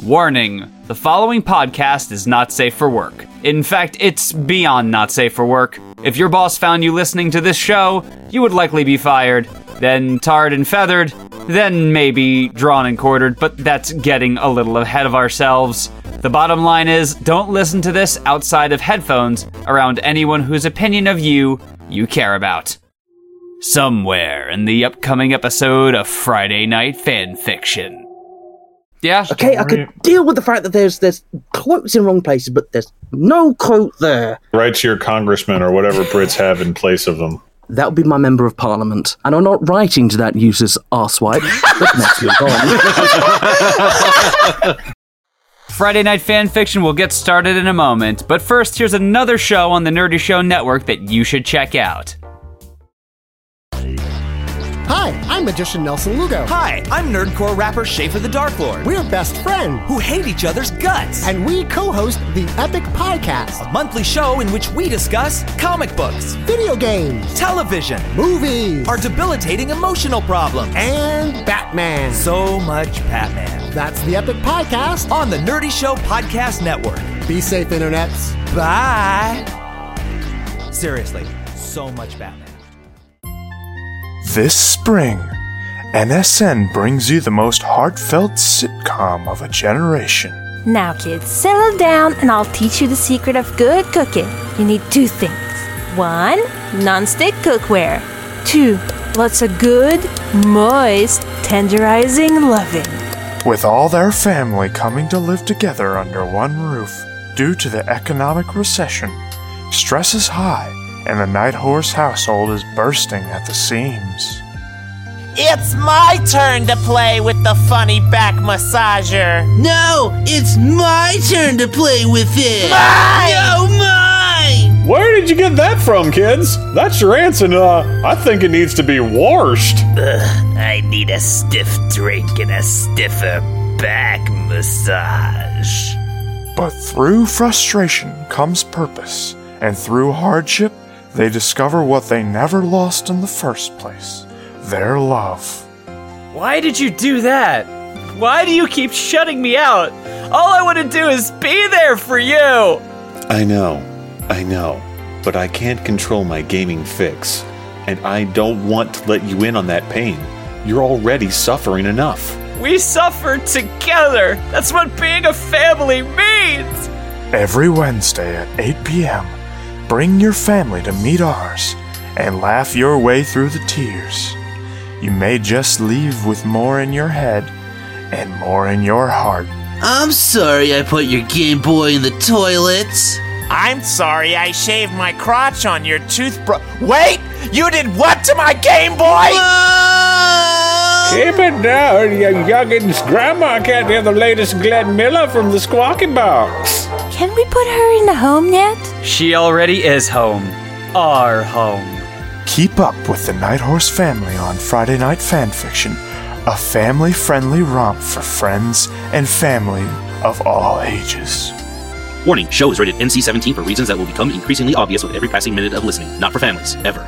Warning the following podcast is not safe for work. In fact, it's beyond not safe for work. If your boss found you listening to this show, you would likely be fired, then tarred and feathered, then maybe drawn and quartered, but that's getting a little ahead of ourselves. The bottom line is don't listen to this outside of headphones around anyone whose opinion of you you care about. Somewhere in the upcoming episode of Friday Night Fan Fiction. Yeah. Okay, I could deal with the fact that there's there's quotes in wrong places, but there's no quote there. Write to your congressman or whatever Brits have in place of them. That would be my member of parliament, and I'm not writing to that useless arsewipe. but let's move on. Friday Night Fan Fiction will get started in a moment, but first, here's another show on the Nerdy Show Network that you should check out. Hi, I'm magician Nelson Lugo. Hi, I'm nerdcore rapper Schaefer the Dark Lord. We're best friends who hate each other's guts. And we co host the Epic Podcast, a monthly show in which we discuss comic books, video games, television, movies, our debilitating emotional problems, and Batman. So much Batman. That's the Epic Podcast on the Nerdy Show Podcast Network. Be safe, internets. Bye. Seriously, so much Batman. This spring, NSN brings you the most heartfelt sitcom of a generation. Now, kids, settle down and I'll teach you the secret of good cooking. You need two things one, non-stick cookware, two, lots of good, moist, tenderizing loving. With all their family coming to live together under one roof due to the economic recession, stress is high and the Night Horse household is bursting at the seams. It's my turn to play with the funny back massager. No, it's my turn to play with it. Mine! No, mine! Where did you get that from, kids? That's your answer. Uh, I think it needs to be washed. Ugh, I need a stiff drink and a stiffer back massage. But through frustration comes purpose, and through hardship they discover what they never lost in the first place their love. Why did you do that? Why do you keep shutting me out? All I want to do is be there for you! I know, I know, but I can't control my gaming fix, and I don't want to let you in on that pain. You're already suffering enough. We suffer together! That's what being a family means! Every Wednesday at 8 p.m., bring your family to meet ours and laugh your way through the tears. You may just leave with more in your head and more in your heart. I'm sorry I put your Game Boy in the toilets. I'm sorry I shaved my crotch on your toothbrush. Wait! You did what to my Game Boy? Whoa! Keep it down, you youngins. Grandma can't hear the latest Glenn Miller from the Squawking Box. Can we put her in the home yet? She already is home. Our home. Keep up with the Night Horse family on Friday Night Fanfiction, a family friendly romp for friends and family of all ages. Warning show is rated NC 17 for reasons that will become increasingly obvious with every passing minute of listening. Not for families, ever.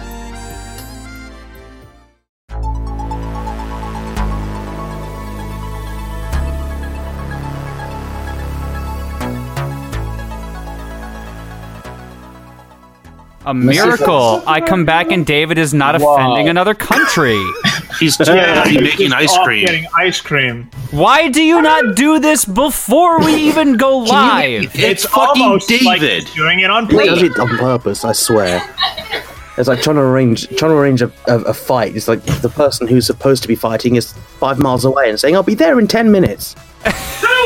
A miracle! I come back and David is not wow. offending another country. He's too yeah, busy making ice cream. Getting ice cream. Why do you not do this before we even go live? it's, it's fucking David like doing it on purpose. Does it on purpose? I swear. It's like trying to arrange trying to arrange a, a, a fight. It's like the person who's supposed to be fighting is five miles away and saying, "I'll be there in ten minutes."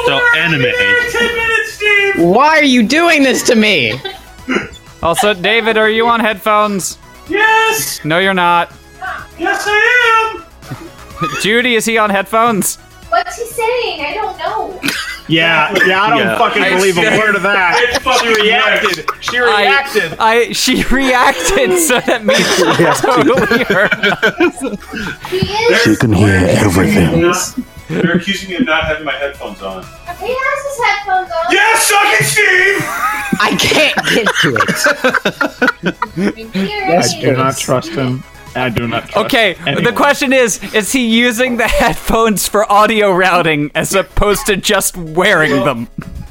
so animate. Why are you doing this to me? Also, David, are you on headphones? Yes. No, you're not. Yes, I am. Judy, is he on headphones? What's he saying? I don't know. Yeah, yeah, I don't yeah. fucking I believe said, a word of that. she reacted. She reacted. I, I, she reacted, so that means yeah. totally heard. She can hear everything. They're accusing me of not having my headphones on. He has his headphones on. Yes, suck it, Steve! I can't get to it. I do not trust him. I do not. Trust Okay, the anyone. question is is he using the headphones for audio routing as opposed to just wearing them?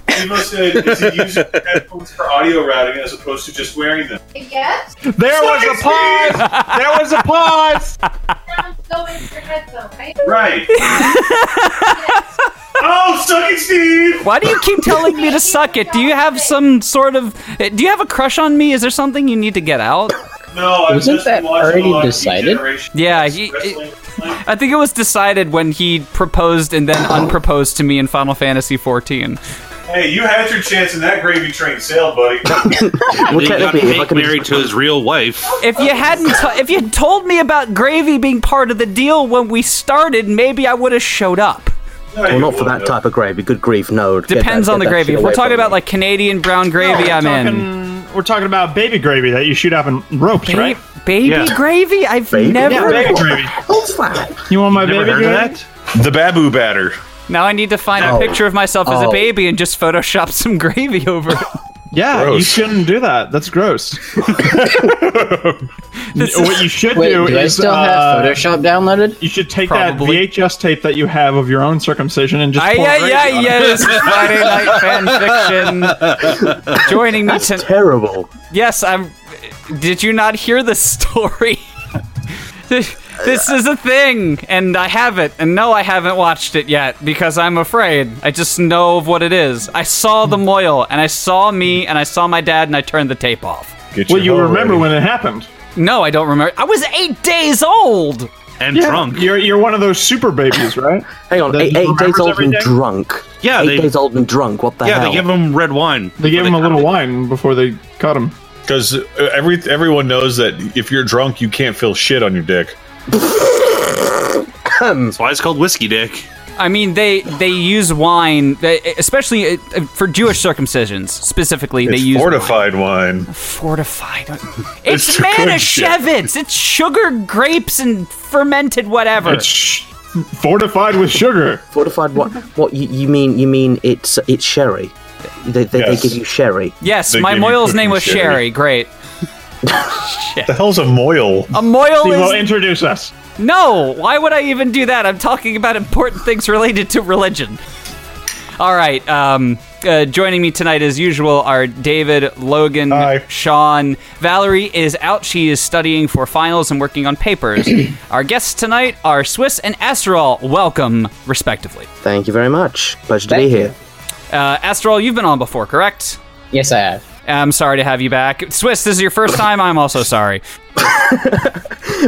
Evo said, is he using headphones for audio routing as opposed to just wearing them? Yes? There was a pause. There was a pause. Going for headphones, right? Right. oh, suck it, Steve! Why do you keep telling me to suck it? Do you have some sort of. eh, Do you have a crush on me? Is there something you need to get out? No, I was Wasn't just that watching already a lot of decided? Degeneration Yeah, he, Wrestling. I think it was decided when he proposed and then unproposed to me in Final Fantasy 14. Hey, you had your chance in that gravy train sailed, buddy. And then he got fake married to his real wife. If you hadn't, t- if you had told me about gravy being part of the deal when we started, maybe I would have showed up. well, not for that type of gravy. Good grief, no. Get Depends that- on get the that gravy. shit If we're away talking from about like Canadian brown gravy, we're I'm in. talking- We're talking about baby gravy that you shoot up in ropes, Ba- right? Baby Yeah. gravy? I've Baby? never. Yeah, baby gravy. You want my baby gravy? The Babu batter. Now I need to find Oh. a picture of myself as a Oh. baby and just Photoshop some gravy over it. Yeah, you Gross. shouldn't do that. That's gross. what you should Wait, do do I is still have uh, Photoshop downloaded? You should take Probably. that VHS tape that you have of your own circumcision and just. Ay, pour ay, gravy ay, on it. yeah, this is Friday Night Fan Fiction. Joining me That's terrible. Yes, I'm. Did you not hear this story? this is a thing, and I have it, and no, I haven't watched it yet because I'm afraid. I just know of what it is. I saw the moil, and I saw me, and I saw my dad, and I turned the tape off. Well, you remember when it happened? No, I don't remember. I was eight days old. And drunk. You're you're one of those super babies, right? Hang on, eight, eight days old and drunk. Yeah, eight they- days old and drunk. What the yeah, hell? they give him red wine. They gave him a little wine before they caught him. Because uh, every everyone knows that if you're drunk, you can't feel shit on your dick. That's why it's called whiskey dick. I mean, they they use wine, they- especially uh, uh, for Jewish circumcisions specifically. they It's use fortified wine. Fortified. It's It's good Manischewitz. It's sugar, grapes, and fermented whatever. It's sh- fortified with sugar. Fortified. What? What you, you mean? You mean it's it's sherry? They they, Yes. they give you sherry. yes, my moil's name was Sherry. Great. The hell's a moil? Oh, A moil Steve, is introduce us. no. Why would I even do that? I'm talking about important things related to religion. All right. Um, uh, joining me tonight, as usual, are David, Logan, Sean. Valerie is out. She is studying for finals and working on papers. Our guests tonight are Swiss and Astral. Welcome, respectively. Thank you very much. Pleasure to be here. Uh, Astral, you've been on before, correct? Yes, I have. I'm sorry to have you back. Swiss, this is your first time. I'm also sorry.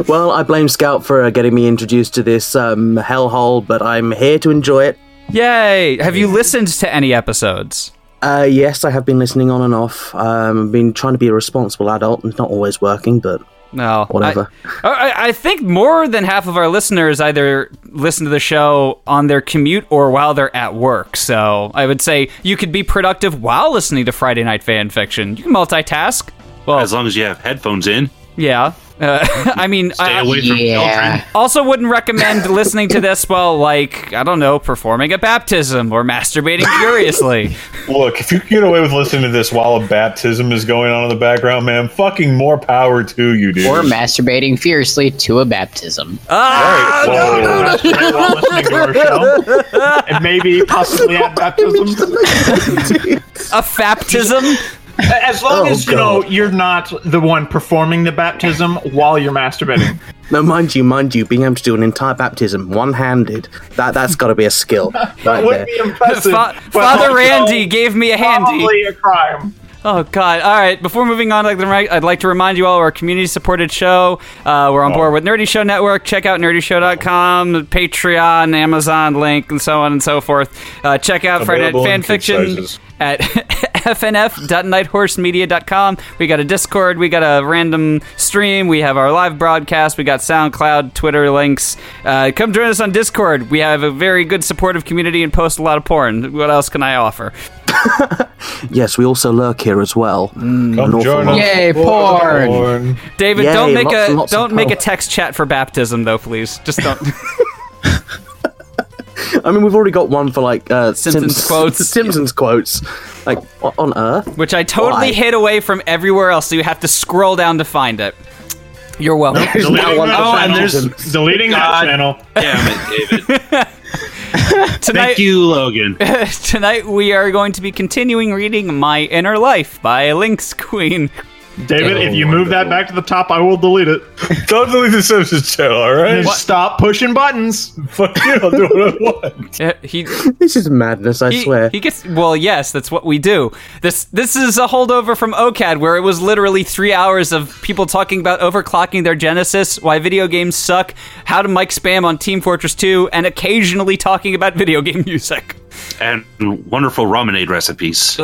Well, I blame Scout for uh, getting me introduced to this um, hellhole, but I'm here to enjoy it. Yay! Have you listened to any episodes? Uh, yes, I have been listening on and off. Um, I've been trying to be a responsible adult. It's not always working, but No. whatever. Uh, I, I- I think more than half of our listeners either listen to the show on their commute or while they're at work. So I would say you could be productive while listening to Friday Night Fan Fiction. You can multitask. Well, As long as you have headphones in. yeah. Uh, I mean, stay I, away from children. Also, wouldn't recommend listening to this while, like, I don't know, performing a baptism or masturbating furiously. Look, if you can get away with listening to this while a baptism is going on in the background, man, fucking more power to you, dude. Or masturbating furiously to a baptism. Ah, Oh, no, no, no. and maybe possibly at baptism. a baptism. As Oh, long as you know you're not the one performing the baptism while you're masturbating. No, mind you, mind you, being able to do an entire baptism one-handed, that, that's got to be a skill. Right there. impressive. Fa- but Father also Randy gave me a handy. Probably a crime. Oh God! All right. Before moving on, I'd like to remi- I'd like to remind you all we're a community-supported show. Uh, Oh. we're on board with Nerdy Show Network. Check out nerdyshow.com, Patreon, Amazon link, and so on and so forth. Uh, check out Friday Available Night in Fan kid Fiction sizes. at fnf.nighthorsemedia.com. We got a Discord. We got a random stream. We have our live broadcast. We got SoundCloud, Twitter links. Uh, come join us on Discord. We have a very good supportive community and post a lot of porn. What else can I offer? Yes, we also lurk here as well. An awful lot. Yay, porn! David, Yay, don't make lots a and lots of don't make a power. text chat for baptism though, please. Just don't. I mean, we've already got one for like uh, Simpsons Simps- quotes. Simpsons quotes. Like what on earth? Which I totally Why? hid away from everywhere else, so you have to scroll down to find it. You're welcome. Deleting that channel. Oh, deleting that God channel. Damn it, David. Tonight, Thank you, Logan. tonight we are going to be continuing reading My Inner Life by Lynx Queen. David, if you move that back to the top, I will delete it. Don't delete the Simpsons channel, all right? Just stop pushing buttons. Fuck you, I'll do what I want. Uh, he This is madness, I he, swear. he gets well. Yes, that's what we do. This this is a holdover from OCAD, where it was literally three hours of people talking about overclocking their Genesis, why video games suck, how to mic spam on Team Fortress 2, and occasionally talking about video game music. And wonderful ramenade recipes.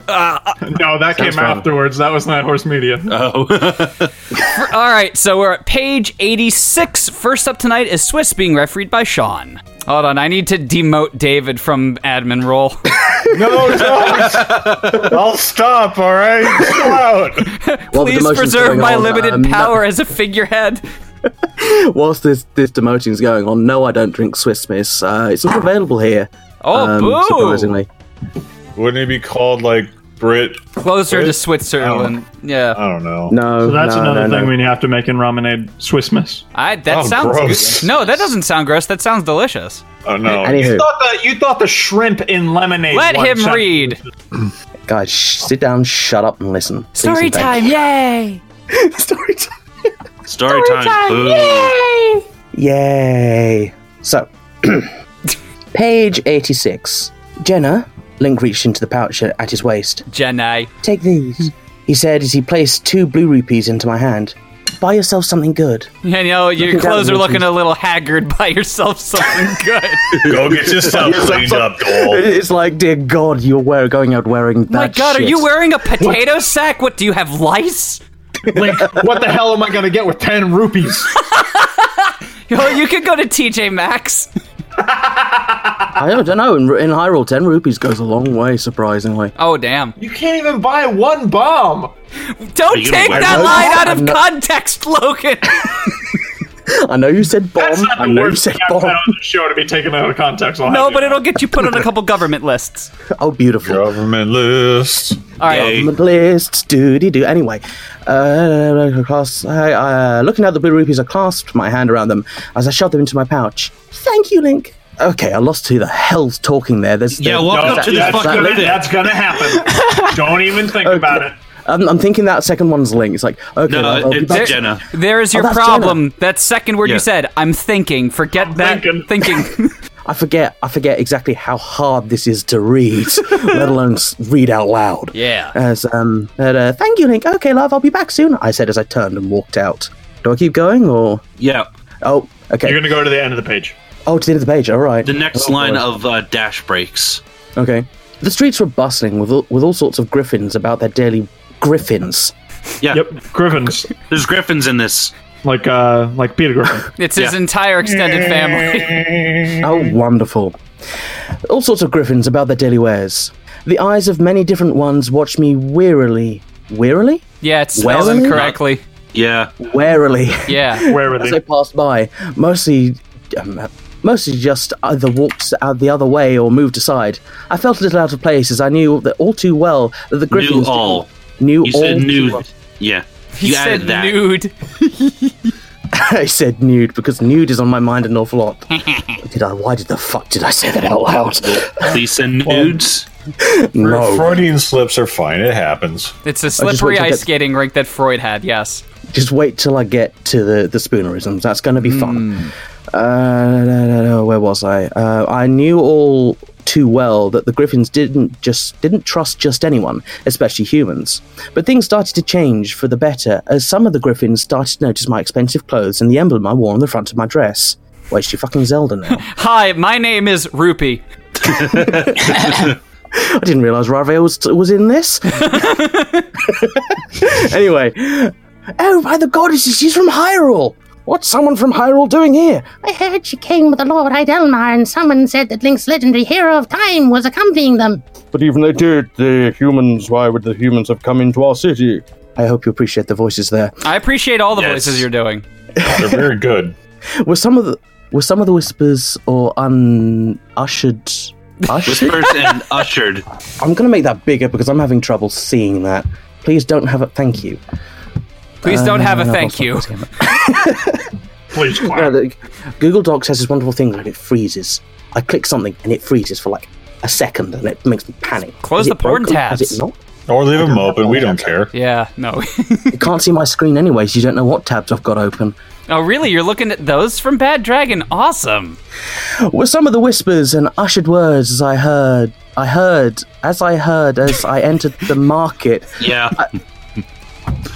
Oh, no, that came Sounds fun. afterwards. That was Night Horse Media. Oh. For- all right, so we're at page 86. First up tonight is Swiss being refereed by Sean. Hold on, I need to demote David from admin role. No, don't. I'll stop, all right? Stop. While the Please demotion's preserve going my on, limited I'm not- power as a figurehead. Whilst this this demoting's going on, no, I don't drink Swiss Miss. Uh, it's not available here. Um, Oh, boo. Surprisingly, Wouldn't it be called, like, Brit? Closer to Brit? Switzerland. Yeah. I don't know. no. So that's no, another no, thing no. we have to make in ramenade Swiss miss. I, that Oh, sounds gross. no. That doesn't sound gross. That sounds delicious. Oh, no. Anywho, thought the you thought the shrimp in lemonade. Let one him sounded- read. guys, sh- sit down, shut up, and listen. Please Story and thank time, yay! you. Story time. Story, time. Boo. Yay! Yay! So, page eighty-six. Jenna. Link reached into the pouch at his waist. Jenna. Take these, he said as he placed two blue rupees into my hand. Buy yourself something good. You know your Look at clothes that are looking emotion. a little haggard. Buy yourself something good. Oh Go get yourself cleaned up, doll. It's like, dear God, you're wear- going out wearing that My God, are shit. you wearing a potato sack? What do you have lice? Link, what the hell am I gonna get with ten rupees? Yo, you could go to TJ Maxx. I don't know. In, in Hyrule, 10 rupees goes a long way, surprisingly. Oh damn! you can't even buy one bomb. Don't Are you gonna take wear that those? line out I'm of not- context, Logan. I know you said bomb. That's not I the know you worst thing said I've bomb. found on the show to be taken out of context. I'll no, have but you. it'll get you put on a couple government lists. Oh, beautiful. Government list. All right. Yay. Government lists, doody do. Anyway, uh, clasp, I, uh, looking at the blue rupees, I clasped my hand around them as I shoved them into my pouch. Thank you, Link. Okay, I lost who the hell's talking there. There's, Yeah, there's- welcome that- to the that- that's, fucking gonna, that- that's gonna happen. Don't even think about it. I'm, I'm thinking that second one's Link. It's like, okay, No, I'll, I'll be it's back. Oh, Jenna. There is your that's problem. That second word Yeah. you said, I'm thinking. Forget that thinking. I forget. I forget exactly how hard this is to read, let alone s- read out loud. Yeah. As um, but, uh, thank you, Link. Okay, love, I'll be back soon. I said as I turned and walked out. Do I keep going or? Yeah. Oh, okay. You're gonna go to the end of the page. Oh, to the end of the page. All right. The next Oh, line boy. of uh, dash breaks. Okay. The streets were bustling with all, with all sorts of griffins about their daily griffins. Yeah. Yep, Griffins, There's griffins in this. like uh, like Peter Griffin. It's his Yeah. entire extended family. Oh, wonderful. All sorts of griffins about their daily wares. The eyes of many different ones watched me wearily. Wearily? yeah, it's spelled Well- incorrectly. Yeah. Warily. Yeah. Where were as they? I passed by, mostly, um, mostly just either walked out the other way or moved aside. I felt a little out of place as I knew that all too well that the New Griffins all. knew You all. said too nude. well. Yeah. He you added said that. nude. I said nude because nude is on my mind an awful lot. did I? Why did the fuck did I say that out loud? Please send nudes. no, Freudian slips are fine. It happens. It's a wait slippery to ice get- skating rink that Freud had, yes. just wait till I get to the the spoonerisms. That's going to be fun. Uh, no, no, no, where was I? Uh, I knew all too well that the Griffins didn't just didn't trust just anyone, especially humans. But things started to change for the better as some of the Griffins started to notice my expensive clothes and the emblem I wore on the front of my dress. Wait, she fucking Zelda now. Hi, my name is Rupee. I didn't realize Ravel was, was in this. anyway, oh, by the goddesses, she's from Hyrule. What's someone from Hyrule doing here? I heard she came with the Lord Idelmar, and someone said that Link's legendary hero of time was accompanying them. But even they did, the humans, why would the humans have come into our city? I hope you appreciate the voices there. I appreciate all the Yes. voices you're doing. They're very good. Were some of the were some of the whispers or unushered? Ushered? Whispers and ushered. I'm gonna make that bigger because I'm having trouble seeing that. Please don't have it. Thank you. Please don't have a thank you. Please, Uh, no, the, Google Docs has this wonderful thing where it freezes. I click something and it freezes for like a second, and it makes me panic. Close Is the it porn broken? tabs. Has it not? Or leave them open. We don't care. Yeah, no. you can't see my screen anyway, so you don't know what tabs I've got open. oh, really? You're looking at those from Bad Dragon? Awesome. Were some of the whispers and ushered words as I heard, I heard, as I heard, as I entered the market. Yeah.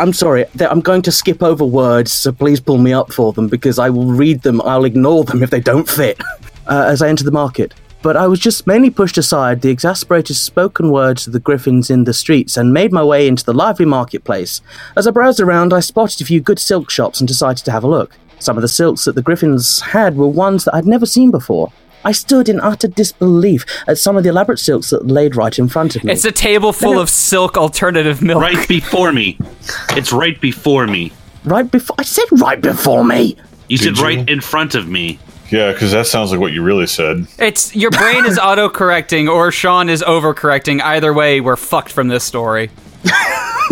I'm sorry, th- I'm going to skip over words, so please pull me up for them because I will read them, I'll ignore them if they don't fit uh, as I enter the market. But I was just mainly pushed aside the exasperated spoken words of the griffins in the streets and made my way into the lively marketplace. As I browsed around, I spotted a few good silk shops and decided to have a look. Some of the silks that the griffins had were ones that I'd never seen before. I stood in utter disbelief at some of the elaborate silks that laid right in front of me. It's a table full of silk alternative milk. Right before me. It's right before me. Right before I said right before me. You Did said you? right in front of me. Yeah, because that sounds like what you really said. It's your brain is autocorrecting or Sean is overcorrecting. Either way, we're fucked from this story.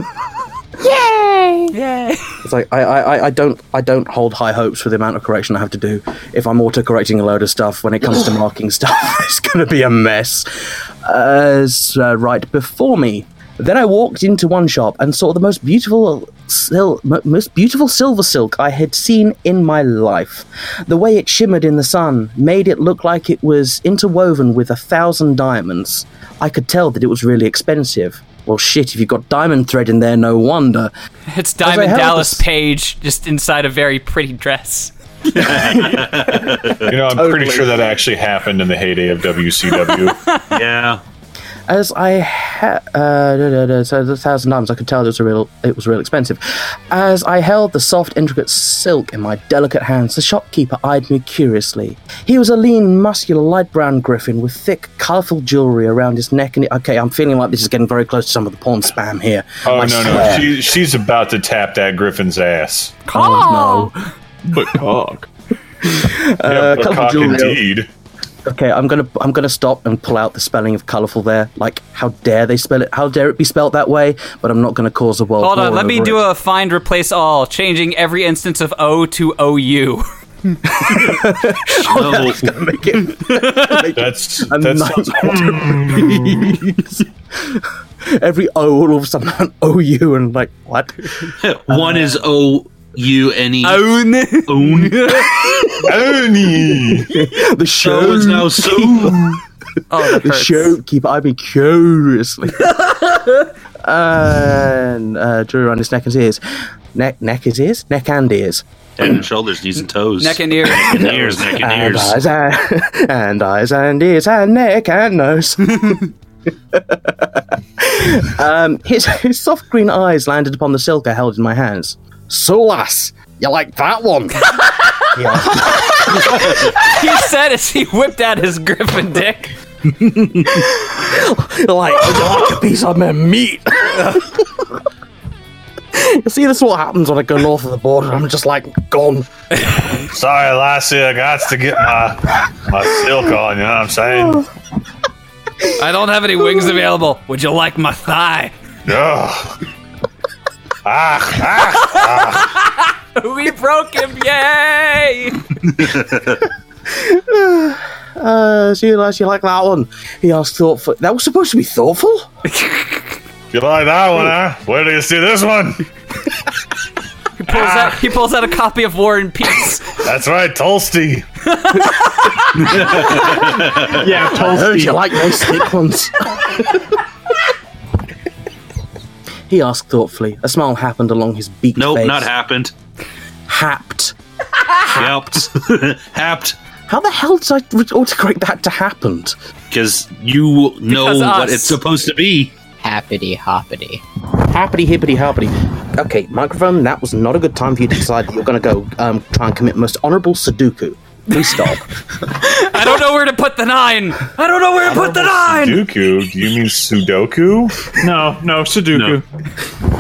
Yay! Yay! It's like I, I, I- I don't I don't hold high hopes for the amount of correction I have to do. If I'm auto correcting a load of stuff when it comes to marking stuff, it's going to be a mess. Uh, so, right before me. Then I walked into one shop and saw the most beautiful sil- mo- most beautiful silver silk I had seen in my life. The way it shimmered in the sun made it look like it was interwoven with a thousand diamonds. I could tell that it was really expensive. Well, shit, if you've got diamond thread in there, no wonder. It's Diamond held Dallas Page just inside a very pretty dress. You know, I'm pretty sure that actually happened in the heyday of WCW. yeah. As I ha- uh, da, da, da, so the thousand dimes, I could tell it was a real, it was real expensive. As I held the soft, intricate silk in my delicate hands, the shopkeeper eyed me curiously. He was a lean, muscular, light brown griffin with thick, colourful jewellery around his neck. And okay, I'm feeling like this is getting very close to some of the porn spam here. Oh I no no, swear. she, she's about to tap that Griffin's ass. Oh, no. But cock. Uh, yeah, but colourful cock jewelry. indeed. Okay, I'm gonna I'm gonna stop and pull out the spelling of colourful there. Like, how dare they spell it? How dare it be spelt that way? But I'm not gonna cause a world. Hold on, war let me over do it. a find replace all, changing every instance of O to OU. That's a that sounds nightmare. Every O will all of a sudden an OU and like what? One is O U N E. Uh, Own. Own. the show is now so. Oh, the show keep I mean curiously. and uh, drew around his neck and ears. Neck neck his ears? Neck and ears. Head and shoulders, knees and toes. Neck and ears. Neck and ears, neck and And eyes ears. and, and eyes and ears and neck and nose. um, his, his soft green eyes landed upon the silk I held in my hands. So, lass, you like that one? He asked. he said as he whipped out his griffin dick. like, "Oh, you like a piece of my meat. you see, this is what happens when I go north of the border. I'm just like gone. Sorry, Lassie, I got to get my my silk on, you know what I'm saying? I don't have any wings available. Would you like my thigh? Ugh. Ah, ah, ah. we broke him, yay! Uh, see, lass, you like that one? He asked thoughtful. That was supposed to be thoughtful. You like that one, huh? Where do you see this one? He pulls out he pulls out a copy of War and Peace. That's right, Tolstoy. yeah, Oh, you like those thick ones? he asked thoughtfully. A smile happened along his beaked Nope, face. not happened. Happed. Happed. Happed. How the hell did I re- autocorrect that to happened? Because you know Because what us. it's supposed to be. Happity hoppity. Happity hippity hoppity. Okay, microphone, that was not a good time for you to decide that you're going to go um, try and commit most honourable Sudoku. Please stop. I don't know where to put the nine. I don't know where to put the nine. Sudoku? Do you mean Sudoku? No, no, Sudoku.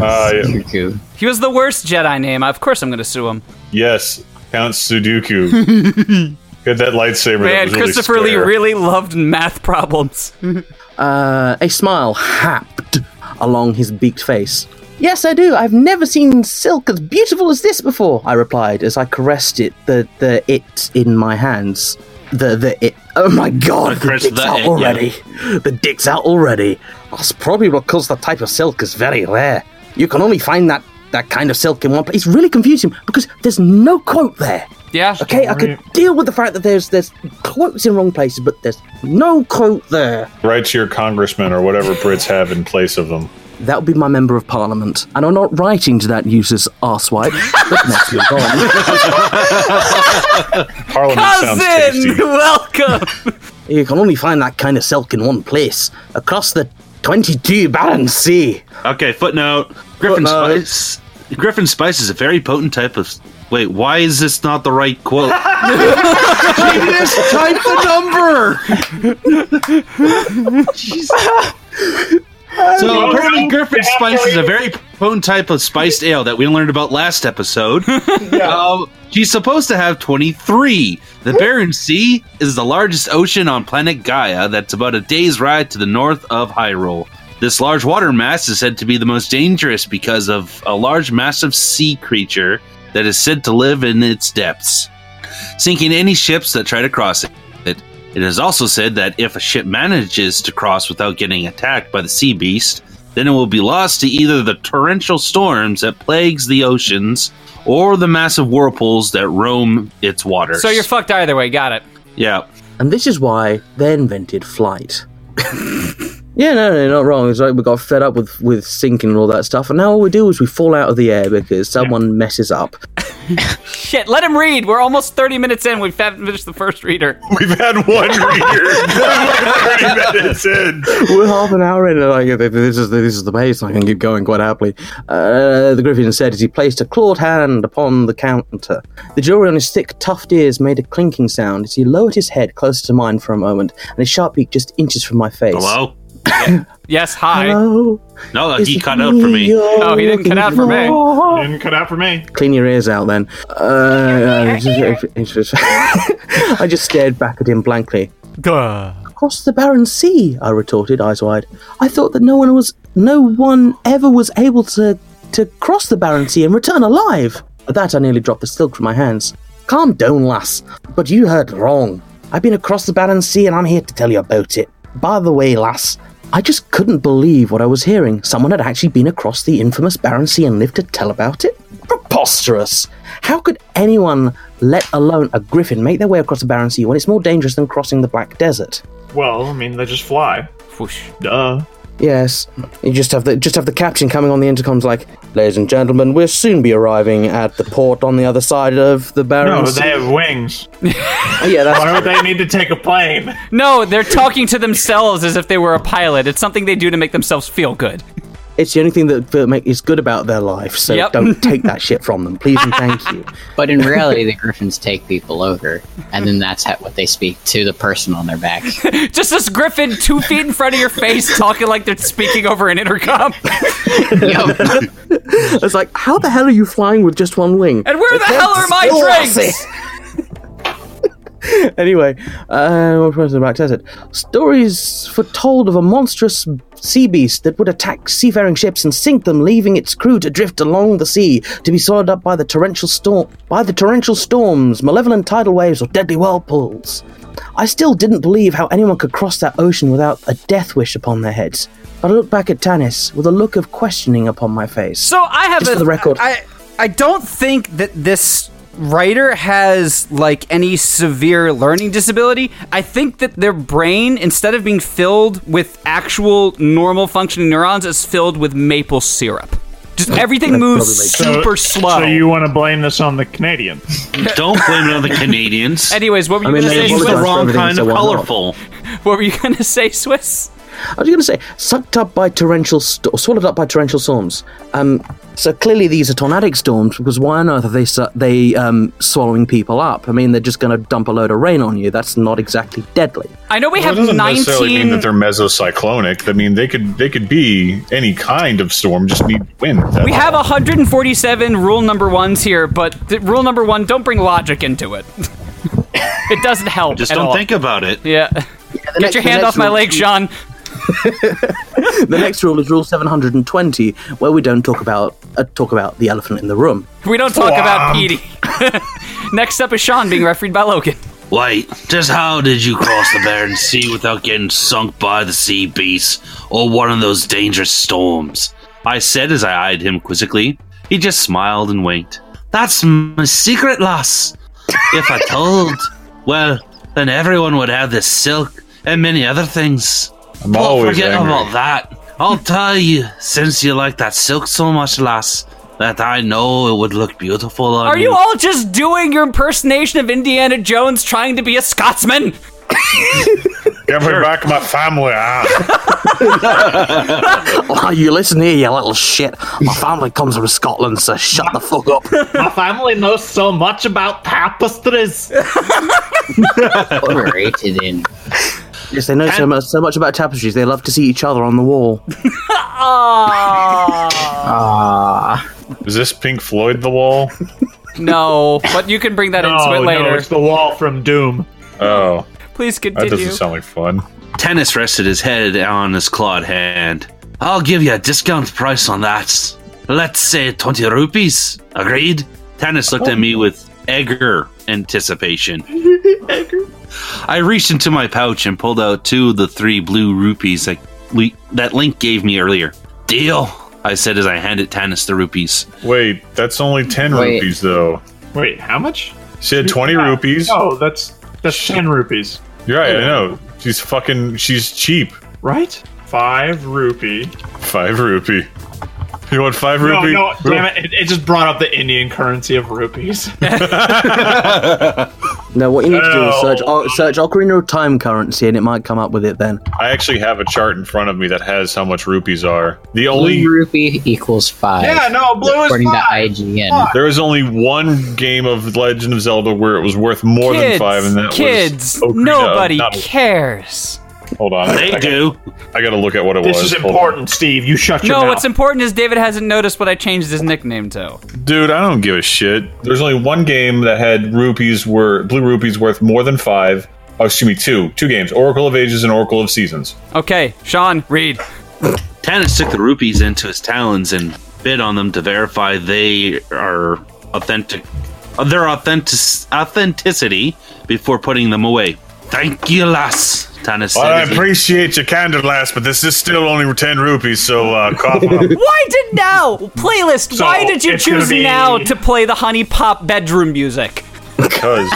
Uh, yeah. He was the worst Jedi name. Of course, I'm going to sue him. Yes, Count Sudoku. Get that lightsaber. that Man, was really Christopher Lee square. really loved math problems. Uh, a smile happed along his beaked face. Yes, I do. I've never seen silk as beautiful as this before, I replied as I caressed it, the, the it in my hands. The, the it. Oh my god, the Caress dick's the out it, yeah. already. The dick's out already. That's probably because the type of silk is very rare. You can only find that, that kind of silk in one place. It's really confusing because there's no quote there. Yeah. Okay, I could deal with the fact that there's there's quotes in wrong places, but there's no quote there. Write to your congressman or whatever Brits have in place of them. That would be my member of parliament, and I'm not writing to that user's arsewipe. but let's move on. parliament sounds Cousin, tasty. welcome. You can only find that kind of silk in one place, across the 22 Barren Sea. Okay, footnote. Griffin spice. Griffin spice is a very potent type of. Wait, why is this not the right quote? just type the number. So apparently, Griffin spice is a very potent type of spiced ale that we learned about last episode. Um, she's supposed to have 23. The Barren Sea is the largest ocean on planet Gaia that's about a day's ride to the north of Hyrule. This large water mass is said to be the most dangerous because of a large, massive sea creature that is said to live in its depths, sinking any ships that try to cross it. It is also said that if a ship manages to cross without getting attacked by the sea beast, then it will be lost to either the torrential storms that plagues the oceans or the massive whirlpools that roam its waters. So you're fucked either way. Got it. yeah. And this is why they invented flight. yeah, no, no, not wrong. It's like we got fed up with, with sinking and all that stuff, and now all we do is we fall out of the air because someone messes up. Shit, let him read. We're almost 30 minutes in. We've fa- finished the first reader. We've had one reader. 30 minutes in. We're half an hour in, and like this is the, this is the pace. I can keep going quite happily. Uh, the Griffin said as he placed a clawed hand upon the counter. The jewelry on his thick, tufted ears made a clinking sound as he lowered his head closer to mine for a moment, and his sharp beak just inches from my face. Hello? Yes, hi. Hello? No, Is he it cut out for me. you're No, he didn't cut out for me. He didn't cut out for me. Clean your ears out, then. Uh, I just stared back at him blankly. Across the barren sea, I retorted, eyes wide. I thought that no one was, no one ever was able to to cross the barren sea and return alive. At that, I nearly dropped the silk from my hands. Calm down, lass. But you heard wrong. I've been across the barren sea, and I'm here to tell you about it. By the way, lass, I just couldn't believe what I was hearing. Someone had actually been across the infamous barren sea and lived to tell about it. Preposterous! How could anyone, let alone a griffin, make their way across the barren sea when it's more dangerous than crossing the black desert? Well, I mean, they just fly. Whoosh. Duh. Yes, you just have the just have the caption coming on the intercoms like, "Ladies and gentlemen, we'll soon be arriving at the port on the other side of the barren." No, sea." they have wings. yeah, that's Why would they need to take a plane? No, they're talking to themselves as if they were a pilot. It's something they do to make themselves feel good. It's the only thing that that make is good about their life. So Yep. don't take that shit from them, please and thank you. But in reality, the griffins take people over, and then that's how, what they speak to the person on their back. Just this griffin two feet in front of your face talking like they're speaking over an intercom. it's like, how the hell are you flying with just one wing? And where the hell are my Still drinks? anyway, uh, what was the back desert? Stories foretold of a monstrous sea beast that would attack seafaring ships and sink them, leaving its crew to drift along the sea to be swallowed up by the torrential storm, by the torrential storms, malevolent tidal waves, or deadly whirlpools. I still didn't believe how anyone could cross that ocean without a death wish upon their heads. But I looked back at Tanis with a look of questioning upon my face. So I have Just a for the record. I I don't think that this writer has like any severe learning disability. I think that their brain, instead of being filled with actual normal functioning neurons, is filled with maple syrup. Just everything moves super slow. So you want to blame this on the Canadians? Don't blame it on the Canadians. Anyways, what were you I mean, gonna they say? use the Swiss? wrong kind of colorful. What were you gonna say, Swiss? I was going to say, sucked up by torrential, st- or swallowed up by torrential storms. Um, so clearly these are tornadic storms because why on earth are they su- they um, swallowing people up? I mean, they're just going to dump a load of rain on you. That's not exactly deadly. I know we Well, it have doesn't necessarily mean that 19 they're mesocyclonic. I mean, they could they could be any kind of storm, just need wind. That's We all. have 147 rule number ones here, but th- rule number one: don't bring logic into it. it doesn't help. Just at don't all. think about it. Yeah. the Get next- your the hand next off my rule- leg, Sean. the next rule is rule 720, where we don't talk about uh, talk about the elephant in the room. We don't talk about Petey. Next up is Sean being refereed by Logan. Wait, just how did you cross the Barren Sea without getting sunk by the sea beast or one of those dangerous storms? I said as I eyed him quizzically. He just smiled and winked. That's my secret, lass. If I told, well, then everyone would have this silk and many other things. I'm But always forget angry. about that. I'll tell you, since you like that silk so much, lass, that I know it would look beautiful on Are you all just doing your impersonation of Indiana Jones trying to be a Scotsman? Give me back my family. ah. oh, you listen here, you little shit. My family comes from Scotland, so shut the fuck up. My family knows so much about tapestries. Overrated in. Yes, they know so much so much about tapestries. They love to see each other on the wall. Ah. Is this Pink Floyd the wall? No, Oh, but you can bring that into it later. the wall from Doom. Oh. Please continue. like fun. Tennis rested his head on his clawed hand. I'll give you a discount price on that. Let's say 20 rupees. Agreed? Tennis looked at me with eager anticipation. I reached into my pouch and pulled out two of the three blue rupees that, Le- that Link gave me earlier. Deal, I said as I handed Tannis the rupees. Wait, that's only 10 Wait. rupees, though. Wait, how much? She had 20 Yeah. rupees. No, that's that's ten rupees. You're right, I know. She's fucking, she's cheap. Right? Five rupee. Five rupee. You want five No, rupee? no, damn it. it! It just brought up the Indian currency of rupees. No, what you need to do is search o- search Ocarina of Time currency, and it might come up with it then. I actually have a chart in front of me that has how much rupees are. The only Blue rupee equals five. Yeah, no, blue is according five. to IGN. There was only one game of Legend of Zelda where it was worth more than Kids, five, and that kids, was Ocarina of- nobody not- cares. Hold on, They I do. I gotta look at what it This was. is Hold on. important, Steve. You shut your No, mouth. Oh. what's important is David hasn't noticed what I changed his nickname to. Dude, I don't give a shit. There's only one game that had rupees were blue rupees worth more than five. Oh, excuse me, two two games: Oracle of Ages and Oracle of Seasons. Okay, Sean, read. Tannis took the rupees into his talons and bid on them to verify they are authentic, uh, their authentic authenticity before putting them away. Thank you, lass. Tannis Well, I said. as he- appreciate your candor, lass, but this is still only ten rupees, so uh, cough on. Why did now? Playlist, So, why did you it's gonna choose be- now to play the honey pop bedroom music? Because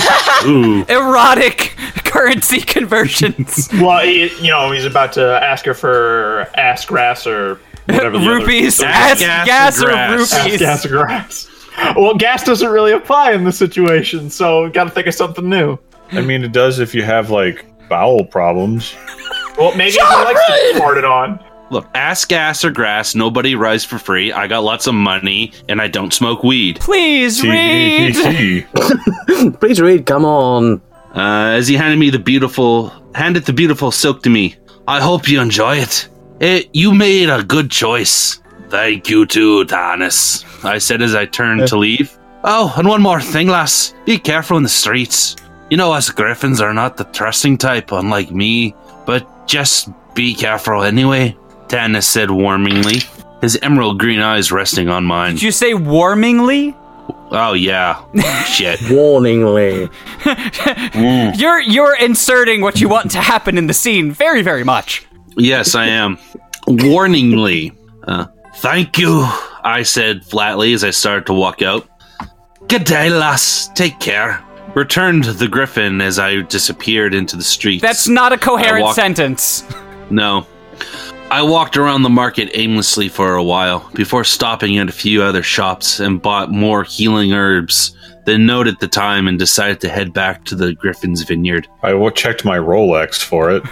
ooh, Erotic currency conversions. well, he, you know, he's about to ask her for ass grass or whatever. the other- Rupees, those- ass Gas gas or or grass. rupees? Ass gas or grass. Well, gas doesn't really apply in this situation, so we've got to think of something new. I mean, it does if you have like bowel problems. Well, maybe he likes to be farted on. Look, ass gas or grass, nobody rides for free. I got lots of money and I don't smoke weed. Please read. Please read. Come on. Uh, as he handed me the beautiful, handed the beautiful silk to me. I hope you enjoy it. It, you made a good choice. Thank you too, Tanis. I said as I turned to leave. Oh, and one more thing, lass. Be careful in the streets. You know, us griffins are not the trusting type, unlike me. But just be careful anyway, Tanis said warmingly, his emerald green eyes resting on mine. Did you say warmingly? Oh yeah, shit. Warningly. Mm. You're you're inserting what you want to happen in the scene very very much. Yes, I am. Warningly. Uh, Thank you, I said flatly as I started to walk out. Good day, lass. Take care. Returned the griffin as I disappeared into the streets. That's not a coherent I walked- sentence. No. I walked around the market aimlessly for a while before stopping at a few other shops and bought more healing herbs, then noted the time and decided to head back to the Griffin's Vineyard. I wa- checked my Rolex for it.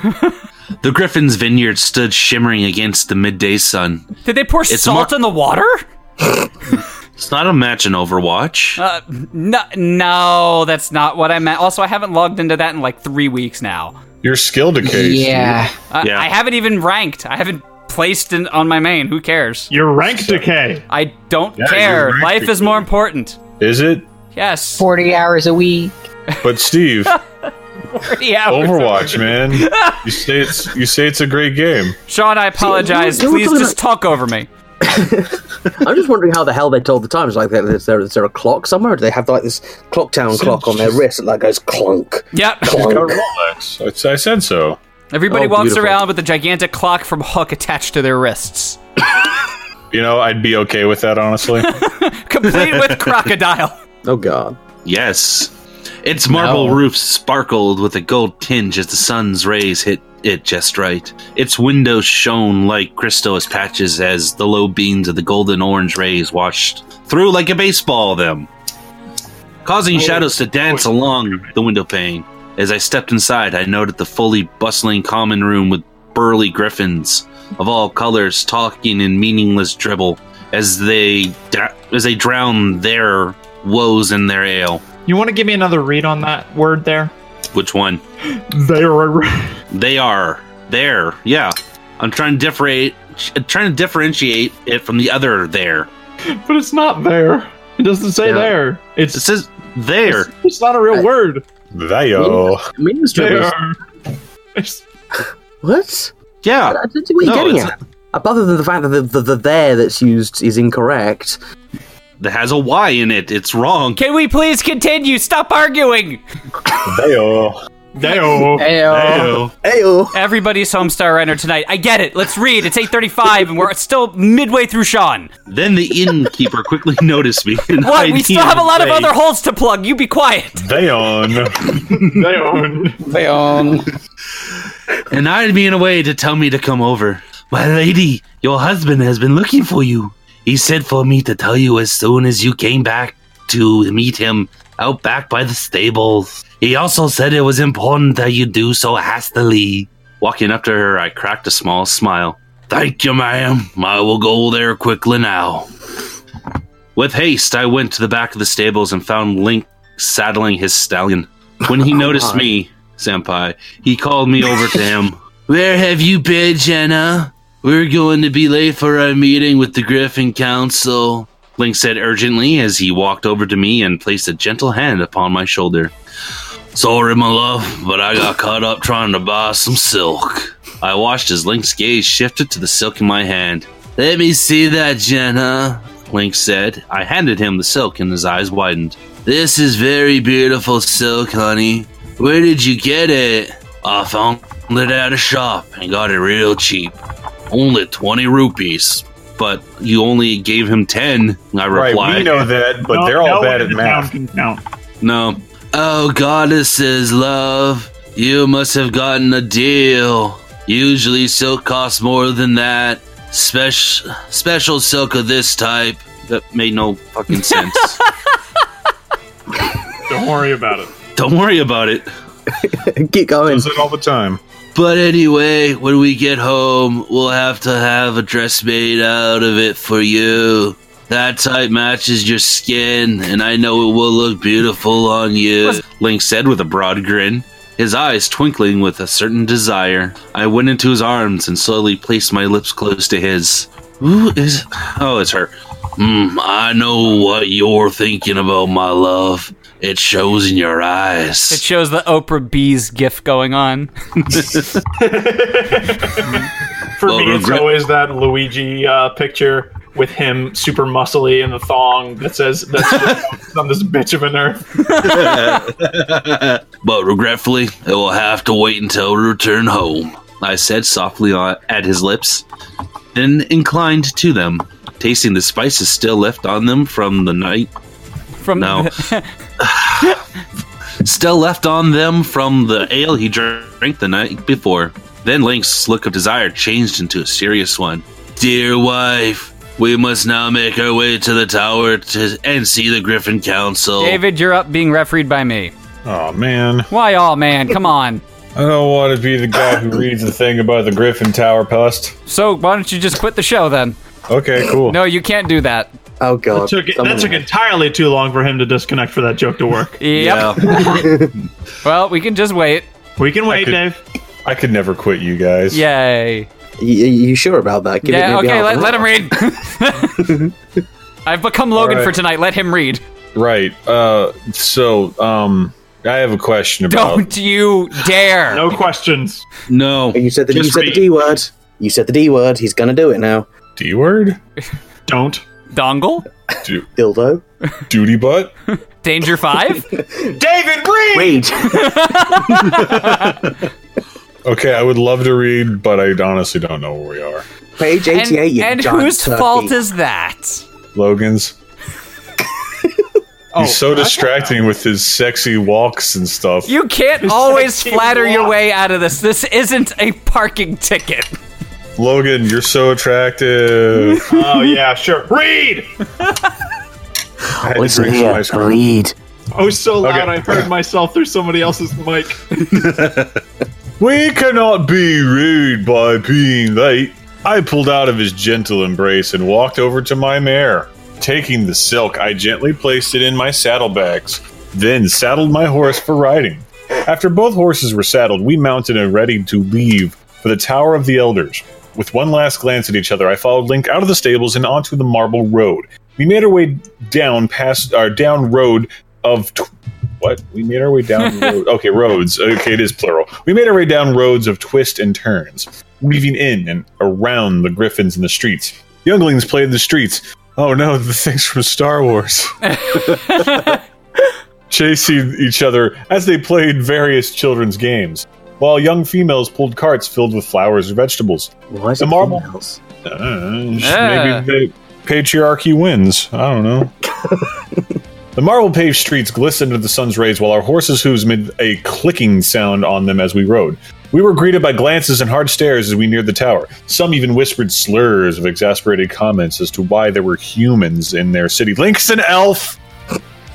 the Griffin's Vineyard stood shimmering against the midday sun. Did they pour It's salt more- in the water? It's not a match in Overwatch. Uh, no, no, that's not what I meant. Also, I haven't logged into that in like three weeks now. Your skill decays. I, I haven't even ranked. I haven't placed in, on my main. Who cares? Your rank decay. I don't Yeah, your care. rank Life is decay. more important. Is it? Yes. 40 hours a week. But Steve, 40 hours. Overwatch, man. You say it's you say it's a great game. Sean, I apologize. See, you- you were Please talking just talk over me. I'm just wondering how the hell they told the times. Like, is there, is there a clock somewhere? Do they have like this clock town clock on their wrist that like, goes clunk? Yep. Clunk. It's- I said so. Everybody Oh, walks beautiful. around with a gigantic clock from Hook attached to their wrists, You know, I'd be okay with that, honestly. complete with crocodile. Oh God. Yes. Its marble roof sparkled with a gold tinge as the sun's rays hit it just right. Its windows shone like crystal as patches as the low beams of the golden orange rays washed through like a baseball them, causing shadows to dance along the window pane. As I stepped inside, I noted the fully bustling common room with burly griffins of all colors talking in meaningless dribble as they dr- as they drown their woes in their ale. You want to give me another read on that word there? Which one? They are. They are there. Yeah, I'm trying to differentiate. Trying to differentiate it from the other there. But it's not there. It doesn't say Yeah. there. It's, it says there. It's, it's not a real word. Vayo. There. What? Yeah. I don't see what you're No, getting it's- at. Other than the fact that the, the, the there that's used is incorrect. That has a Y in it. It's wrong. Can we please continue? Stop arguing. Dayo. Dayo. Ayo. Ayo. Everybody's Homestar Runner tonight. I get it. Let's read. It's 8.35 and we're still midway through Sean. Then the innkeeper quickly noticed me. and What? I We still have a lot of needed other holes to plug. You be quiet. Dayon. Dayon. Dayon. and eyed me in a way to tell me to come over. My lady, your husband has been looking for you. He said for me to tell you as soon as you came back to meet him out back by the stables. He also said it was important that you do so hastily. Walking up to her, I cracked a small smile. Thank you, ma'am. I will go there quickly now. With haste, I went to the back of the stables and found Link saddling his stallion. When he noticed me, Senpai, he called me over to him. Where have you been, Jenna? We're going to be late for our meeting with the Griffin Council, Link said urgently as he walked over to me and placed a gentle hand upon my shoulder. Sorry, my love, but I got caught up trying to buy some silk. I watched as Link's gaze shifted to the silk in my hand. Let me see that, Jenna, Link said. I handed him the silk and his eyes widened. This is very beautiful silk, honey. Where did you get it? I found it at a shop and got it real cheap. Only 20 rupees. But you only gave him 10, I replied. Right, we know that, but No- they're all no bad one at in math. Can count. No. Oh, goddesses, love. You must have gotten a deal. Usually silk costs more than that. Special special silk of this type. That made no fucking sense. Don't worry about it. Don't worry about it. Get going. Does it all the time. But anyway, when we get home, we'll have to have a dress made out of it for you. That type matches your skin, and I know it will look beautiful on you, Link said with a broad grin, his eyes twinkling with a certain desire. I went into his arms and slowly placed my lips close to his. Who is. Oh, it's her. Hmm, I know what you're thinking about, my love. It shows in your eyes. It shows the Oprah B's gif going on. For Well, me, it's regret- always that Luigi uh, picture with him super muscly in the thong that says, that's just- I'm this bitch of a nerf. but regretfully, it will have to wait until we return home, I said softly on- at his lips, then inclined to them, tasting the spices still left on them from the night. From no. still left on them from the ale he drank the night before. Then Link's look of desire changed into a serious one. Dear wife, we must now make our way to the tower to- and see the Griffin Council. David, you're up being refereed by me. Oh, man. Why, oh, man? Come on. I don't want to be the guy who reads the thing about the Griffin Tower pest. So, why don't you just quit the show then? Okay, cool. No, you can't do that. Oh, That took, that took entirely too long for him to disconnect for that joke to work. Yep. well, we can just wait. We can wait, Dave. I could never quit you guys. Yay. You, you sure about that? Give it yeah, maybe okay, half let, an let hour. him read. I've become Logan All right. for tonight. Let him read. Right. Uh, so, um, I have a question about. you dare. No questions. No. You said the, you Just said the read. D word. You said the D word. He's gonna do it now. D word. Don't. Dongle. Dildo. Duty butt. Danger five. David, read. Wait. Okay, I would love to read, but I honestly don't know where we are. Page eighty-eight. and you and giant whose turkey. fault is that? Logan's. He's so distracting with his sexy walks and stuff. You can't always flatter your way out of this. This isn't a parking ticket. Logan, you're so attractive. oh yeah, sure. Read. I had to drink some ice cream. I was so loud I heard myself through somebody else's mic. We cannot be rude by being late. I pulled out of his gentle embrace and walked over to my mare. Taking the silk, I gently placed it in my saddlebags, then saddled my horse for riding. After both horses were saddled, we mounted and ready to leave for the Tower of the Elders. With one last glance at each other, I followed Link out of the stables and onto the marble road. We made our way down past our down road of tw- what? We made our way down road. Okay, roads. Okay, it is plural. We made our way down roads of twists and turns, weaving in and around the griffins in the streets. Younglings played the streets. Oh no, the things from Star Wars. Chasing each other as they played various children's games, while young females pulled carts filled with flowers or vegetables. Why the marble? Uh, Maybe the patriarchy wins. I don't know. The marble paved streets glistened in the sun's rays while our horses' hooves made a clicking sound on them as we rode. We were greeted by glances and hard stares as we neared the tower. Some even whispered slurs of exasperated comments as to why there were humans in their city. Link's an elf!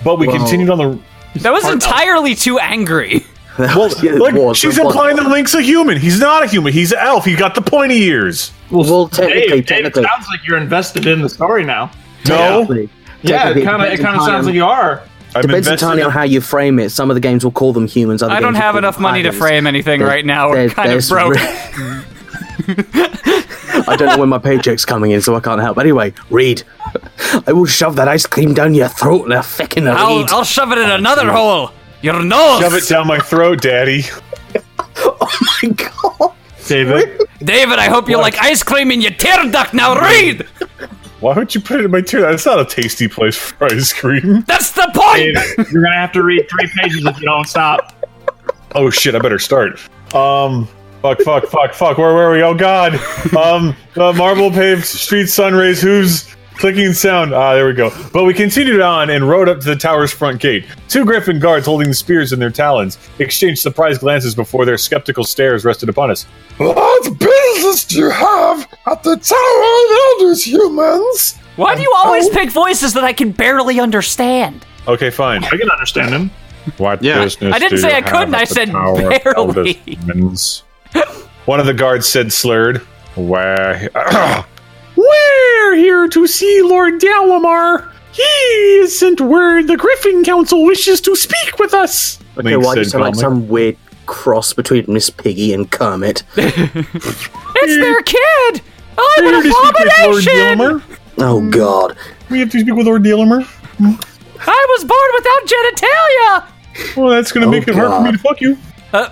But we Whoa. continued on the. That was entirely too angry. Well, look, she's implying that Link's a human. He's not a human. He's an elf. He got the pointy ears. Well, Dave, Dave, it sounds like you're invested in the story now. No. Yeah, it kind of it kind of sounds like you are. I'm Depends invested entirely in- on how you frame it. Some of the games will call them humans. Other I don't games will have call them enough money to tigers. frame anything There's- right now. We're there's- kind of there's broke. re- I don't know when my paycheck's coming in, so I can't help. Anyway, read. I will shove that ice cream down your throat in a fucking I'll, read. I'll shove it in another hole. Your nose. Shove it down my throat, Daddy. Oh David, David, I hope you like ice cream in your tear duct. Now read. why would you put it in my tear? That's not a tasty place for ice cream. That's the Dave, point. you're gonna have to read three pages if you don't stop. Oh shit, I better start. Um fuck fuck fuck fuck where were we? Oh god. Um the marble paved street sun rays hooves clicking sound. Ah, there we go. But we continued on and rode up to the tower's front gate. Two griffin guards holding spears in their talons exchanged surprised glances before their skeptical stares rested upon us. Oh, What business do you have at the Tower of Elders, humans? Why do you always pick voices that I can barely understand? Okay, fine. I can understand him. What Yeah. business? I didn't do say you I couldn't, have at I the said Tower of barely. Elders Humans? One of the guards said slurred. Where We're here to see Lord Dalamar. He has sent word the Griffin Council wishes to speak with us. okay, why do you said sound like calmly. some weird cross between Miss Piggy and Kermit? It's their kid. I'm an abomination! Oh God! We have to speak with Lord Dealimer. I was born without Ah, genitalia. Well, that's gonna make it hard for me to fuck you. Uh,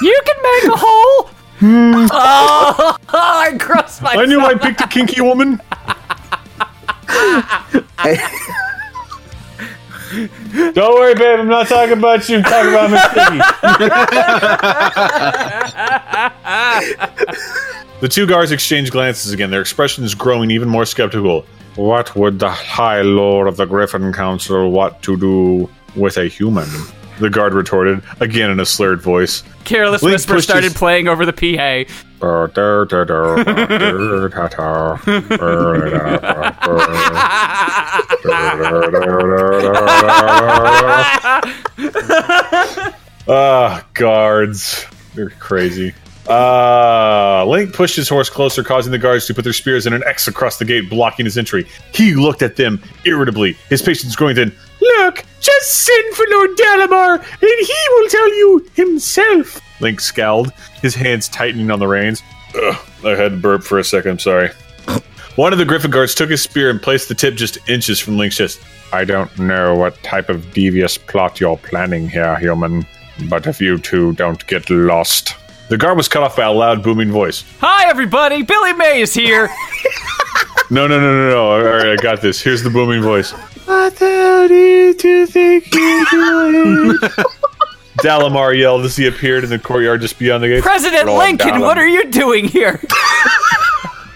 you can make a hole. Ah, oh, I crossed myself. I knew I picked a kinky woman. Don't worry, babe. I'm not talking about you. I'm talking about Miss Piggy. the two guards exchange glances again, their expressions growing even more skeptical. What would the High Lord of the Griffin Council want to do with a human? The guard retorted, again in a slurred voice. Careless Link Whisper pushed started his- playing over the PA. Ah, Ah, guards. They're crazy. Uh, Link pushed his horse closer, causing the guards to put their spears in an X across the gate, blocking his entry. He looked at them irritably, his patience growing thin. Look, just send for Lord Dalamar, and he will tell you himself. Link scowled, his hands tightening on the reins. Ugh, I had to burp for a second, I'm sorry. One of the Griffin guards took his spear and placed the tip just inches from Link's chest. I don't know what type of devious plot you're planning here, human, but if you two don't get lost. The guard was cut off by a loud, booming voice. Hi, everybody. Billy May is here. No, no, no, no, no. All right, I got this. Here's the booming voice. What do you think you're doing? Dalamar yelled as he appeared in the courtyard just beyond the gate. President Lord Lincoln, Dalam. what are you doing here?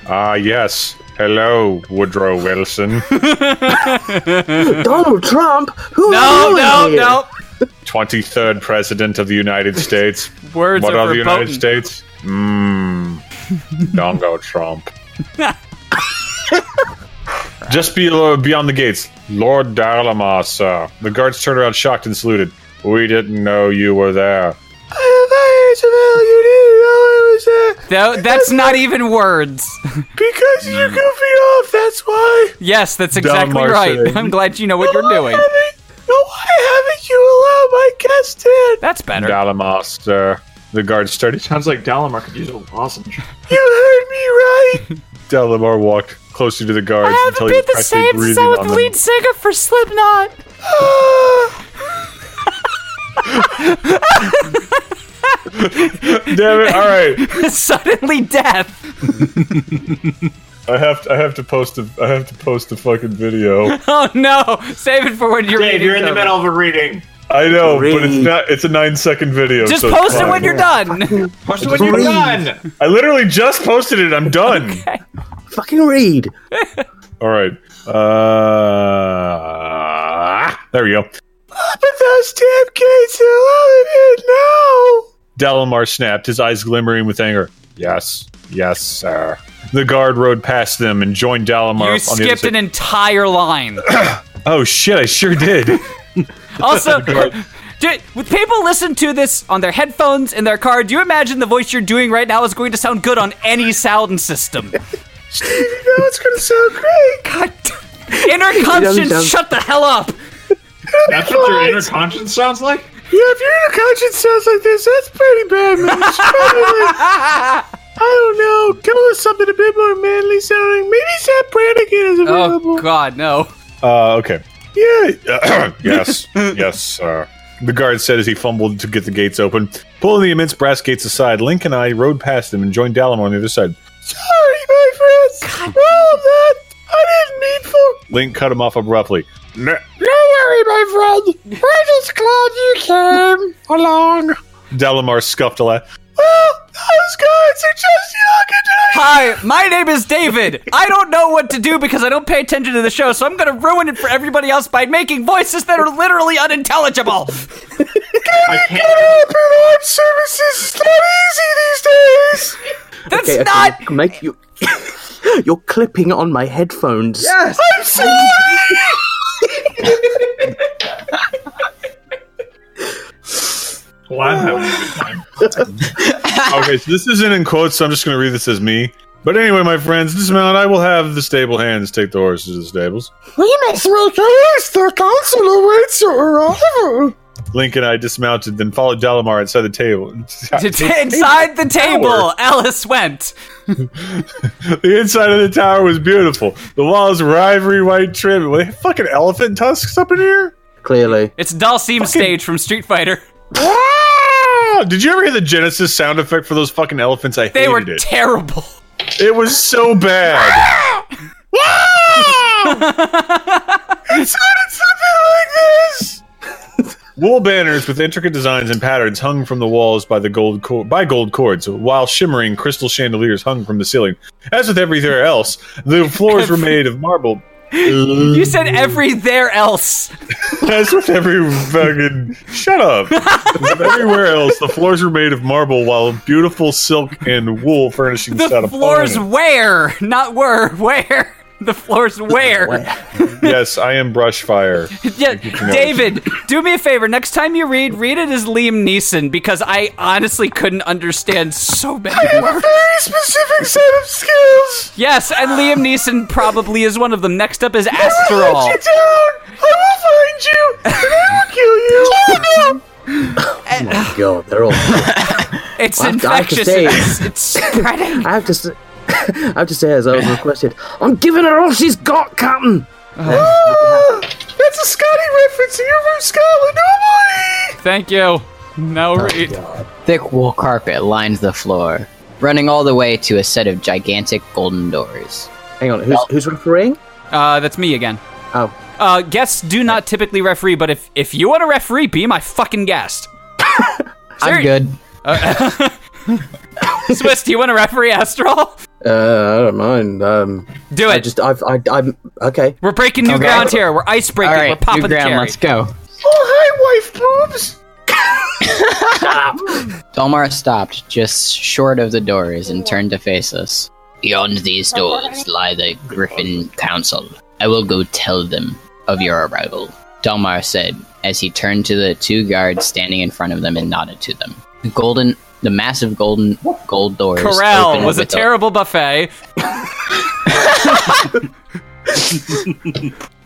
Ah, yes. Hello, Woodrow Wilson. Donald Trump? Who No, are you in Oh, here? no, no. 23rd President of the United States. Words what are of the United verboten. States? Mmm. Dongo Trump. Just below, beyond the gates, Lord Dalamar, sir. The guards turned around shocked and saluted. We didn't know you were there. No, that's not even words. Because you're goofing off, that's why. Yes, that's Dumb exactly right. Marseille. I'm glad you know what you're doing. No, why haven't you allowed my guest in? That's better. Dalamar, sir. The guards started. Sounds like Dalamar could use a lozenge. You heard me right. Dalamar walked closer to the guards I until haven't he was been the practically breathing same since I on was them. the lead singer for Slipknot. Damn it! All right. Suddenly death. I have to, I have to post a, I have to post a fucking video. Oh no! Save it for when you're. Dave, you're in the over. middle of a reading. I know, but it's not. It's a nine second video. Just so it's post it fine. when you're done. Post it when you're done. I literally just posted it. I'm done. Fucking read. All right. Uh, there we go. Open those damn gates and allow him in now. Dalamar snapped, his eyes glimmering with anger. Yes, yes, sir. The guard rode past them and joined Dalamar You on the other skipped side. an entire line. oh shit! I sure did. Also, Great. do, would people listen to this on their headphones in their car? Do you imagine the voice you're doing right now is going to sound good on any sound system? Steve, you know it's gonna sound great. God. Inner conscience, shut the hell up! That's what your inner conscience sounds like? Yeah, if your inner conscience sounds like this, that's pretty bad, man. It's probably like, I don't know. Come up with something a bit more manly sounding. Maybe Zap Brannigan is available. Oh God, no! Uh, okay. Yeah. yes, yes, sir. The guard said as he fumbled to get the gates open. Pulling the immense brass gates aside, Link and I rode past them and joined Dalam on the other side. Sorry, my friends. Well, that I didn't mean for. Link cut him off abruptly. "Nah." Don't worry, my friend. We're just glad you came along. Dalamar scuffed a laugh. Well, those guys are just Hi, my name is David. I don't know what to do because I don't pay attention to the show, so I'm gonna ruin it for everybody else by making voices that are literally unintelligible. Getting up in armed services is not easy these days. That's okay, okay, not. you Make you. You're clipping on my headphones. I'm sorry. Well, I'm having a good time. okay, so this isn't in quotes, so I'm just going to read this as me. But anyway, my friends, dismount. I will have the stable hands take the horses to the stables. We must make haste. The council awaits your arrival. Link and I dismounted, then followed Dalamar inside the table. Inside the table, Alice went. the inside of the tower was beautiful. The walls were ivory white trim. Were they fucking elephant tusks up in here? Clearly. It's Dalseem stage from Street Fighter. Ah! Did you ever hear the Genesis sound effect for those fucking elephants? I hated They were it. terrible. it was so bad. Ah! It sounded something like this. Wool banners with intricate designs and patterns hung from the walls by the gold co- by gold cords, while shimmering crystal chandeliers hung from the ceiling. As with everywhere else, the floors were made of marble. You said every there else. As with every fucking shut up. As with everywhere else, the floors were made of marble, while beautiful silk and wool furnishings The sat floors upon where, not were, where. The floors where. it. Yes, I am Brushfire. yeah, for David, do me a favor. Next time you read, read it as Liam Neeson because I honestly couldn't understand so I many have a words. very specific set of skills. Yes, and Liam Neeson probably is one of them. Next up is I will Asterol. let you down. I will find you, and I will kill you. Oh, Oh my god, they're all. It's I have to- I have to infectious. say- It's, it's spreading. I have to. s- I Uh-huh. have to say, as I was requested, I'm giving her all she's got, Captain. no. That's Ah, a Scotty reference. and You're from Scotland. Oh boy! Thank you. Now Oh, read. Thick wool carpet lines the floor, running all the way to a set of gigantic golden doors. Hang on, who's, who's refereeing? Uh, that's me again. Oh. Uh, guests do not typically referee, but if if you want to referee, be my fucking guest. I'm good. Swiss, do you want to referee Astral? Uh, I don't mind. Um, Do it. I just, I've, I, I'm okay. We're breaking new Okay. ground here. We're ice breaking. All right, We're popping new ground, cherry. let's go. Oh hi, wife boobs. Dolmar stopped just short of the doors and turned to face us. Beyond these doors lie the Griffin Council. I will go tell them of your arrival, Dalmar said as he turned to the two guards standing in front of them and nodded to them. The golden, the massive golden gold doors. Corral opened was a with terrible buffet.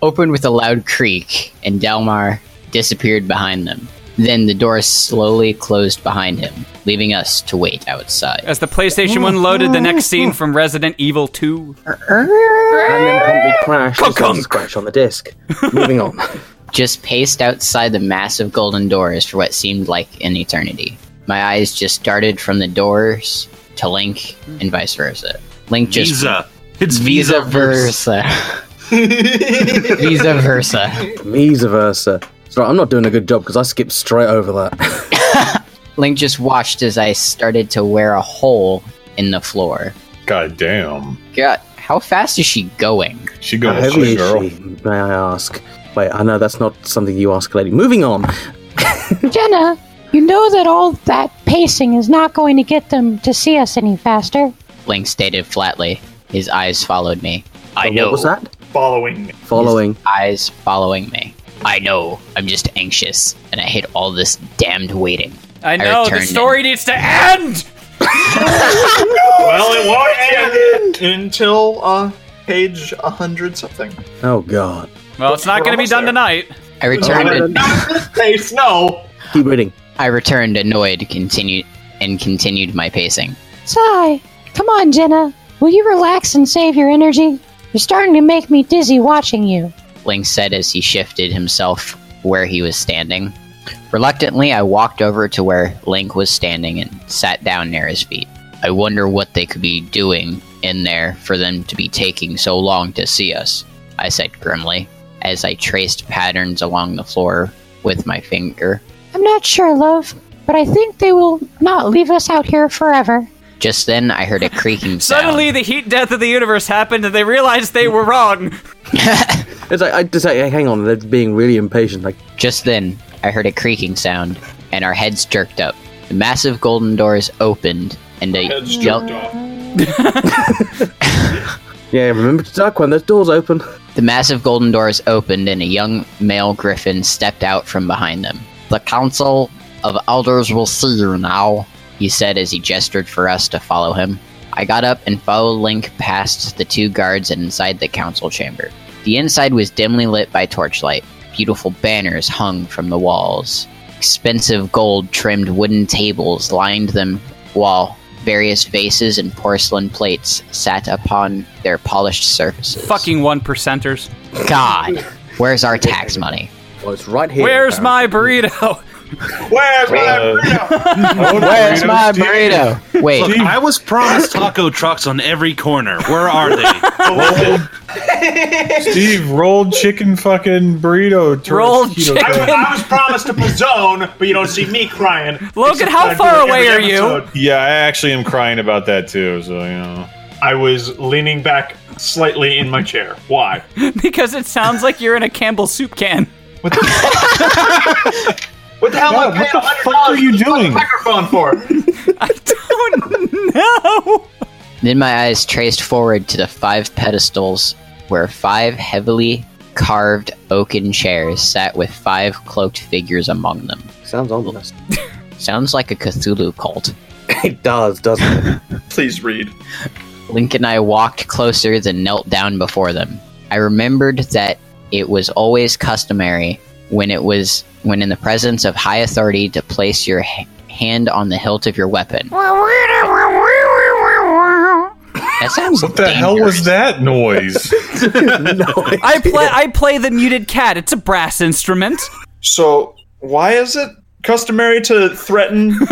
opened with a loud creak, and Delmar disappeared behind them. Then the door slowly closed behind him, leaving us to wait outside. As the PlayStation 1 loaded, the next scene from Resident Evil 2. And then promptly crashed. as well as Crash on the disc. Moving on. Just paced outside the massive golden doors for what seemed like an eternity. My eyes just darted from the doors to Link and vice versa. Link just Visa. It's Visa Visa-versa. versa. Visa versa. Visa versa. Sorry, I'm not doing a good job because I skipped straight over that. Link just watched as I started to wear a hole in the floor. God damn. God, how fast is she going? She How heavy is she, may I ask? Wait, I know that's not something you ask, lady. Moving on. Jenna, you know that all that pacing is not going to get them to see us any faster. Link stated flatly. His eyes followed me. I know. was that? Following. Following. eyes following me. I know. I'm just anxious, and I hate all this damned waiting. I know, the returned story needs to end! well, it won't end until uh, page hundred something. Oh god. Oh, Well, it's not We're going to almost be done there. tonight. I returned No, it. not this pace, no. Keep reading. I returned annoyed, continued and continued my pacing. Sigh. Come on, Jenna. Will you relax and save your energy? You're starting to make me dizzy watching you. Link said as he shifted himself where he was standing. Reluctantly, I walked over to where Link was standing and sat down near his feet. I wonder what they could be doing in there for them to be taking so long to see us, I said grimly, as I traced patterns along the floor with my finger. I'm not sure, love, but I think they will not leave us out here forever. Just then, I heard a creaking sound. Suddenly, the heat death of the universe happened and they realized they were wrong. It's like, I just like, hang on, they're being really impatient. Like, Just then, I heard a creaking sound, and our heads jerked up. The massive golden doors opened, and a heads yelp. jerked yeah, remember to duck when those doors open. The massive golden doors opened, and a young male griffin stepped out from behind them. The council of elders will see you now, he said as he gestured for us to follow him. I got up and followed Link past the two guards and inside the council chamber. The inside was dimly lit by torchlight. Beautiful banners hung from the walls. Expensive gold trimmed wooden tables lined them, while various vases and porcelain plates sat upon their polished surfaces. Fucking one percenters. God, where's our tax money? Well, it's right here. Uh, Where's my burrito? Where's Where's my burrito? Wait, Look, I was promised taco trucks on every corner. Where are they? Steve rolled chicken fucking burrito. tortilla Rolled keto chicken. thing. I, was promised a pizzone, but you don't see me crying. Except I do it every episode. Yeah, I actually am crying about that too. So you know, I was leaning back slightly in my chair. Why? because it sounds like you're in a Campbell soup can. What the hell am I paying $100 what are you doing? microphone for? no! Then my eyes traced forward to the five pedestals where five heavily carved oaken chairs sat with five cloaked figures among them. Sounds ominous. Sounds like a Cthulhu cult. it does, doesn't it? Please read. Link and I walked closer then knelt down before them. I remembered that it was always customary when it was when in the presence of high authority to place your h- hand on the hilt of your weapon. That sounds What the hell was that noise? I play I play the muted cat. It's a brass instrument. So why is it customary to threaten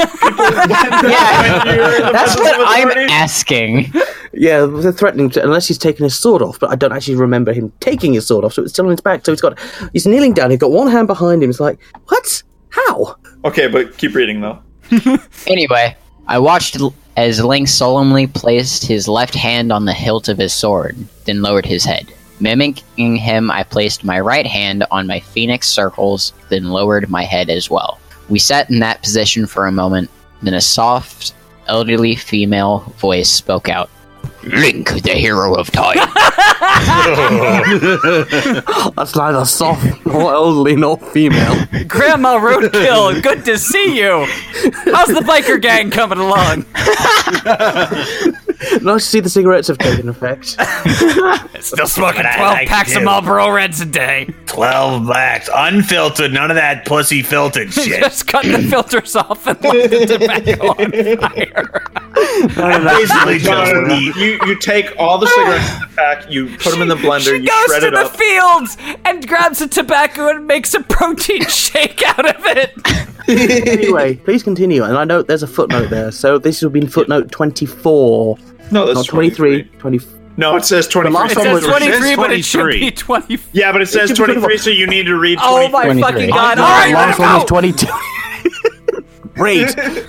That's what I'm asking. Yeah, they're threatening to, unless he's taken his sword off. But I don't actually remember him taking his sword off, so it's still on his back. So he's got, he's kneeling down. He's got one hand behind him. It's like, what? How? Okay, but keep reading though. Anyway, I watched l- as Link solemnly placed his left hand on the hilt of his sword, then lowered his head. Mimicking him, I placed my right hand on my phoenix circles, then lowered my head as well. We sat in that position for a moment, then a soft, elderly female voice spoke out Link, the hero of time. That's neither soft nor elderly nor female. Grandma Roadkill, good to see you. How's the biker gang coming along? Nice to see the cigarettes have taken effect. Still smoking What I 12 like packs to of do. Marlboro Reds a day. 12 blacks, unfiltered, none of that pussy filtered shit. Just cutting the filters off and light the tobacco on fire. Basically, just John, that. you, you take all the cigarettes in the pack, you put them in the blender, She you goes shred to it the up. fields and grabs a tobacco and makes a protein shake out of it. anyway, please continue. And I know there's a footnote there, so this would have been footnote 24. No, that's not 23. 20, No, it says 23. last It one says was- 23, but it should be 20. Yeah, but it says should be 23, so you need to read 23. Oh my fucking god. All right, let last him one was go. 22. Read,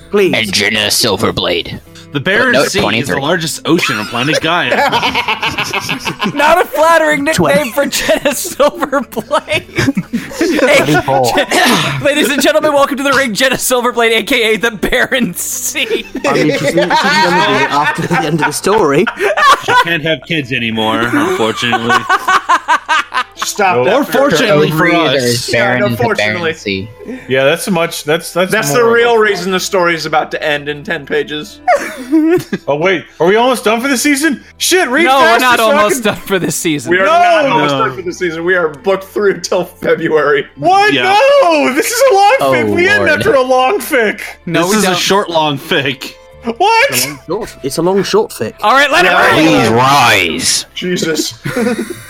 please. And Jenna Silverblade. The Barren Footnote Sea is the 23. largest ocean on planet Gaia. Not a flattering nickname Twenty. for Jenna Silverblade. Hey, Je- ladies and gentlemen, welcome to the ring, Jenna Silverblade, aka the Baron C. I mean, she's, she's going to do it after the end of the story. she can't have kids anymore, unfortunately. Stop Or fortunately for us. unfortunately. Yeah, that's much. That's that's That's the more of a- real reason the story is about to end in 10 pages. Oh wait, are we almost done for the season? Shit, read No, we're faster not so I almost can- done for this season. We are not almost No. done for the season. We are booked through till February. What? Yeah. No, this is a long Oh, fic. We end Lord. after a long fic. No, this is a short, long fic. What? It's a long short fic. All right, let Please rise. Jesus.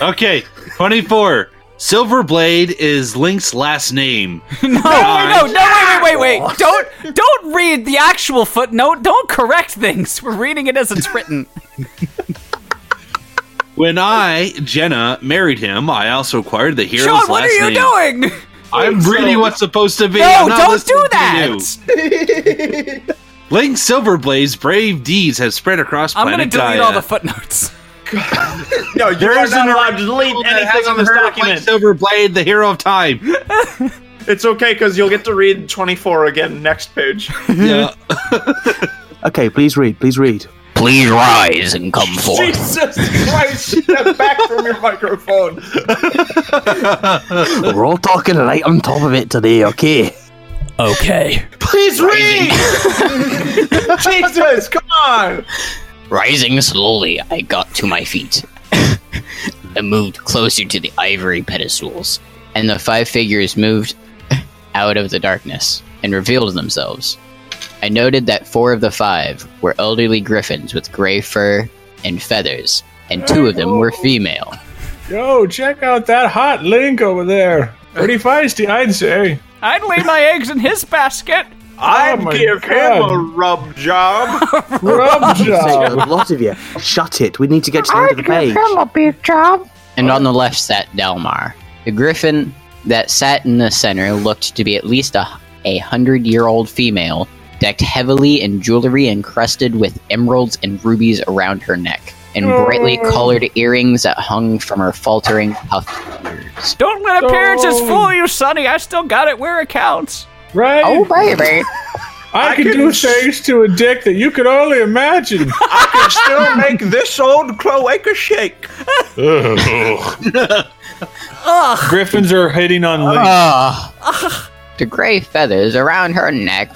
okay, 24. Silverblade is Link's last name. No, no, no, no, Oh, wait, wait, wait, wait. Don't don't read the actual footnote. Don't correct things. We're reading it as it's written. When I, Jenna, married him, I also acquired the hero's Sean, last what are you name. doing? I'm reading what's supposed to be. No, I'm not don't listening do to you. that. Link Silverblade's brave deeds have spread across I'm gonna planet delete Gaia. all the footnotes. No, you There are is an not allowed to delete that anything hasn't on this heard of Link document. Silverblade, the hero of time. It's okay because you'll get to read 24 again next page. yeah. Okay, please read. Please read. Please rise and come forth. Jesus Christ! Step back from your microphone. We're all talking right on top of it today, okay? Okay. Please read. Jesus, come on. Rising slowly, I got to my feet. I moved closer to the ivory pedestals, and the five figures moved out of the darkness and revealed themselves. I noted that four of the five were elderly griffins with gray fur and feathers, and two of them were female. Yo, check out that hot link over there. Pretty feisty, I'd say. I'd lay my eggs in his basket. I'd my give God. him a rub job. Rub A lot of you. Shut it. We need to get to the end of the page. From a big job. and on the left sat Dalmar. The griffin that sat in the center looked to be at least a, a hundred year old female, decked heavily in jewelry encrusted with emeralds and rubies around her neck, and brightly colored earrings that hung from her faltering puffed ears. Don't let appearances Oh. fool you, Sonny. I still got it where it counts. Right? Oh, baby. I, can, do things to a dick that you could only imagine. I can still make this old cloaca shake. Ugh. Griffins are hitting on Link. The gray feathers around her neck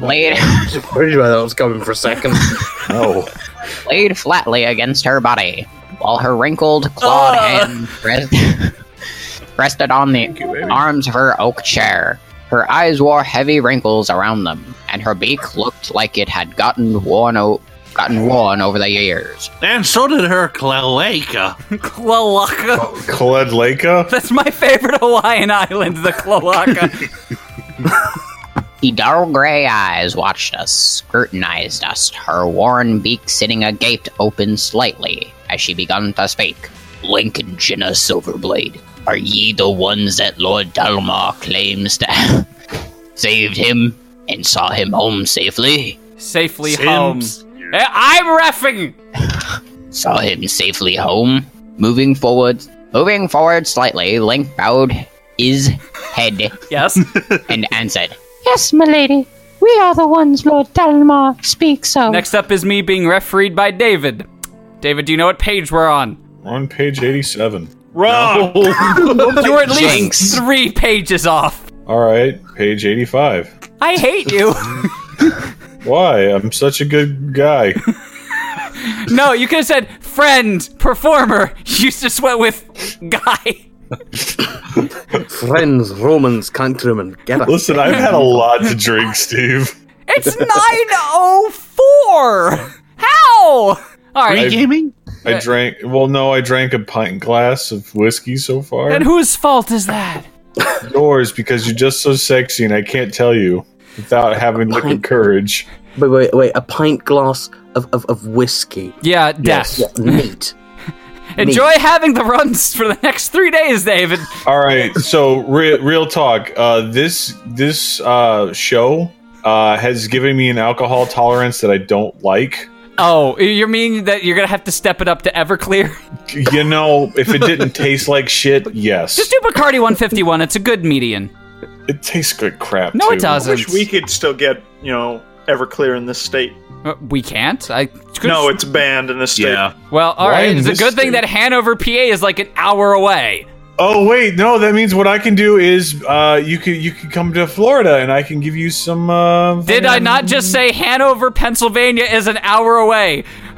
laid, Pretty sure that Ah. was coming for a second. oh. laid flatly against her body, while her wrinkled, clawed Ah. hand rest, rested on the arms of her oak chair. Her eyes wore heavy wrinkles around them, and her beak looked like it had gotten worn out gotten worn over the years. And so did her cloaca. Cloaca. Cloaca? That's my favorite Hawaiian island, the cloaca. The dull gray eyes watched us, scrutinized us, her worn beak sitting agape open slightly as she begun to speak. Lincoln Jenna Silverblade, are ye the ones that Lord Dalmar claims to have saved him and saw him home safely? Safely home. Eh, I'm refing! saw him safely home. Moving forward, moving forward slightly, Link bowed his head. Yes. and answered, Yes, my lady. We are the ones Lord Dalmar speaks of. Next up is me being refereed by David. David, do you know what page we're on? We're on page 87. Wrong! You're at least three pages off. All right, page 85. I hate you. Why? I'm such a good guy. no, you could have said friend, performer. You just went with guy. Friends, Romans, countrymen, get up. Listen, I've had a lot to drink, Steve. It's 904. How? All right. I- I drank. Well, no, I drank a pint glass of whiskey so far. And whose fault is that? Yours, because you're just so sexy, and I can't tell you without having the courage. Wait, wait, wait. A pint glass of, of, of whiskey. Yeah, death. neat. Enjoy having the runs for the next three days, David. All right. So, re- real talk. Uh, this this uh, show uh, has given me an alcohol tolerance that I don't like. Oh, you mean that you're gonna have to step it up to Everclear? You know, if it didn't taste like shit, yes. Just do Bacardi 151. It's a good median. It tastes like crap. No, it too. I wish doesn't. we could still get you know Everclear in this state. Uh, We can't. I No, it's banned in this state. Yeah. Well, all right. It's a good thing that Hanover, PA, is like an hour away. Oh wait, no. That means what I can do is uh, you could you could come to Florida, and I can give you some. Uh, Did I not just say Hanover, Pennsylvania is an hour away?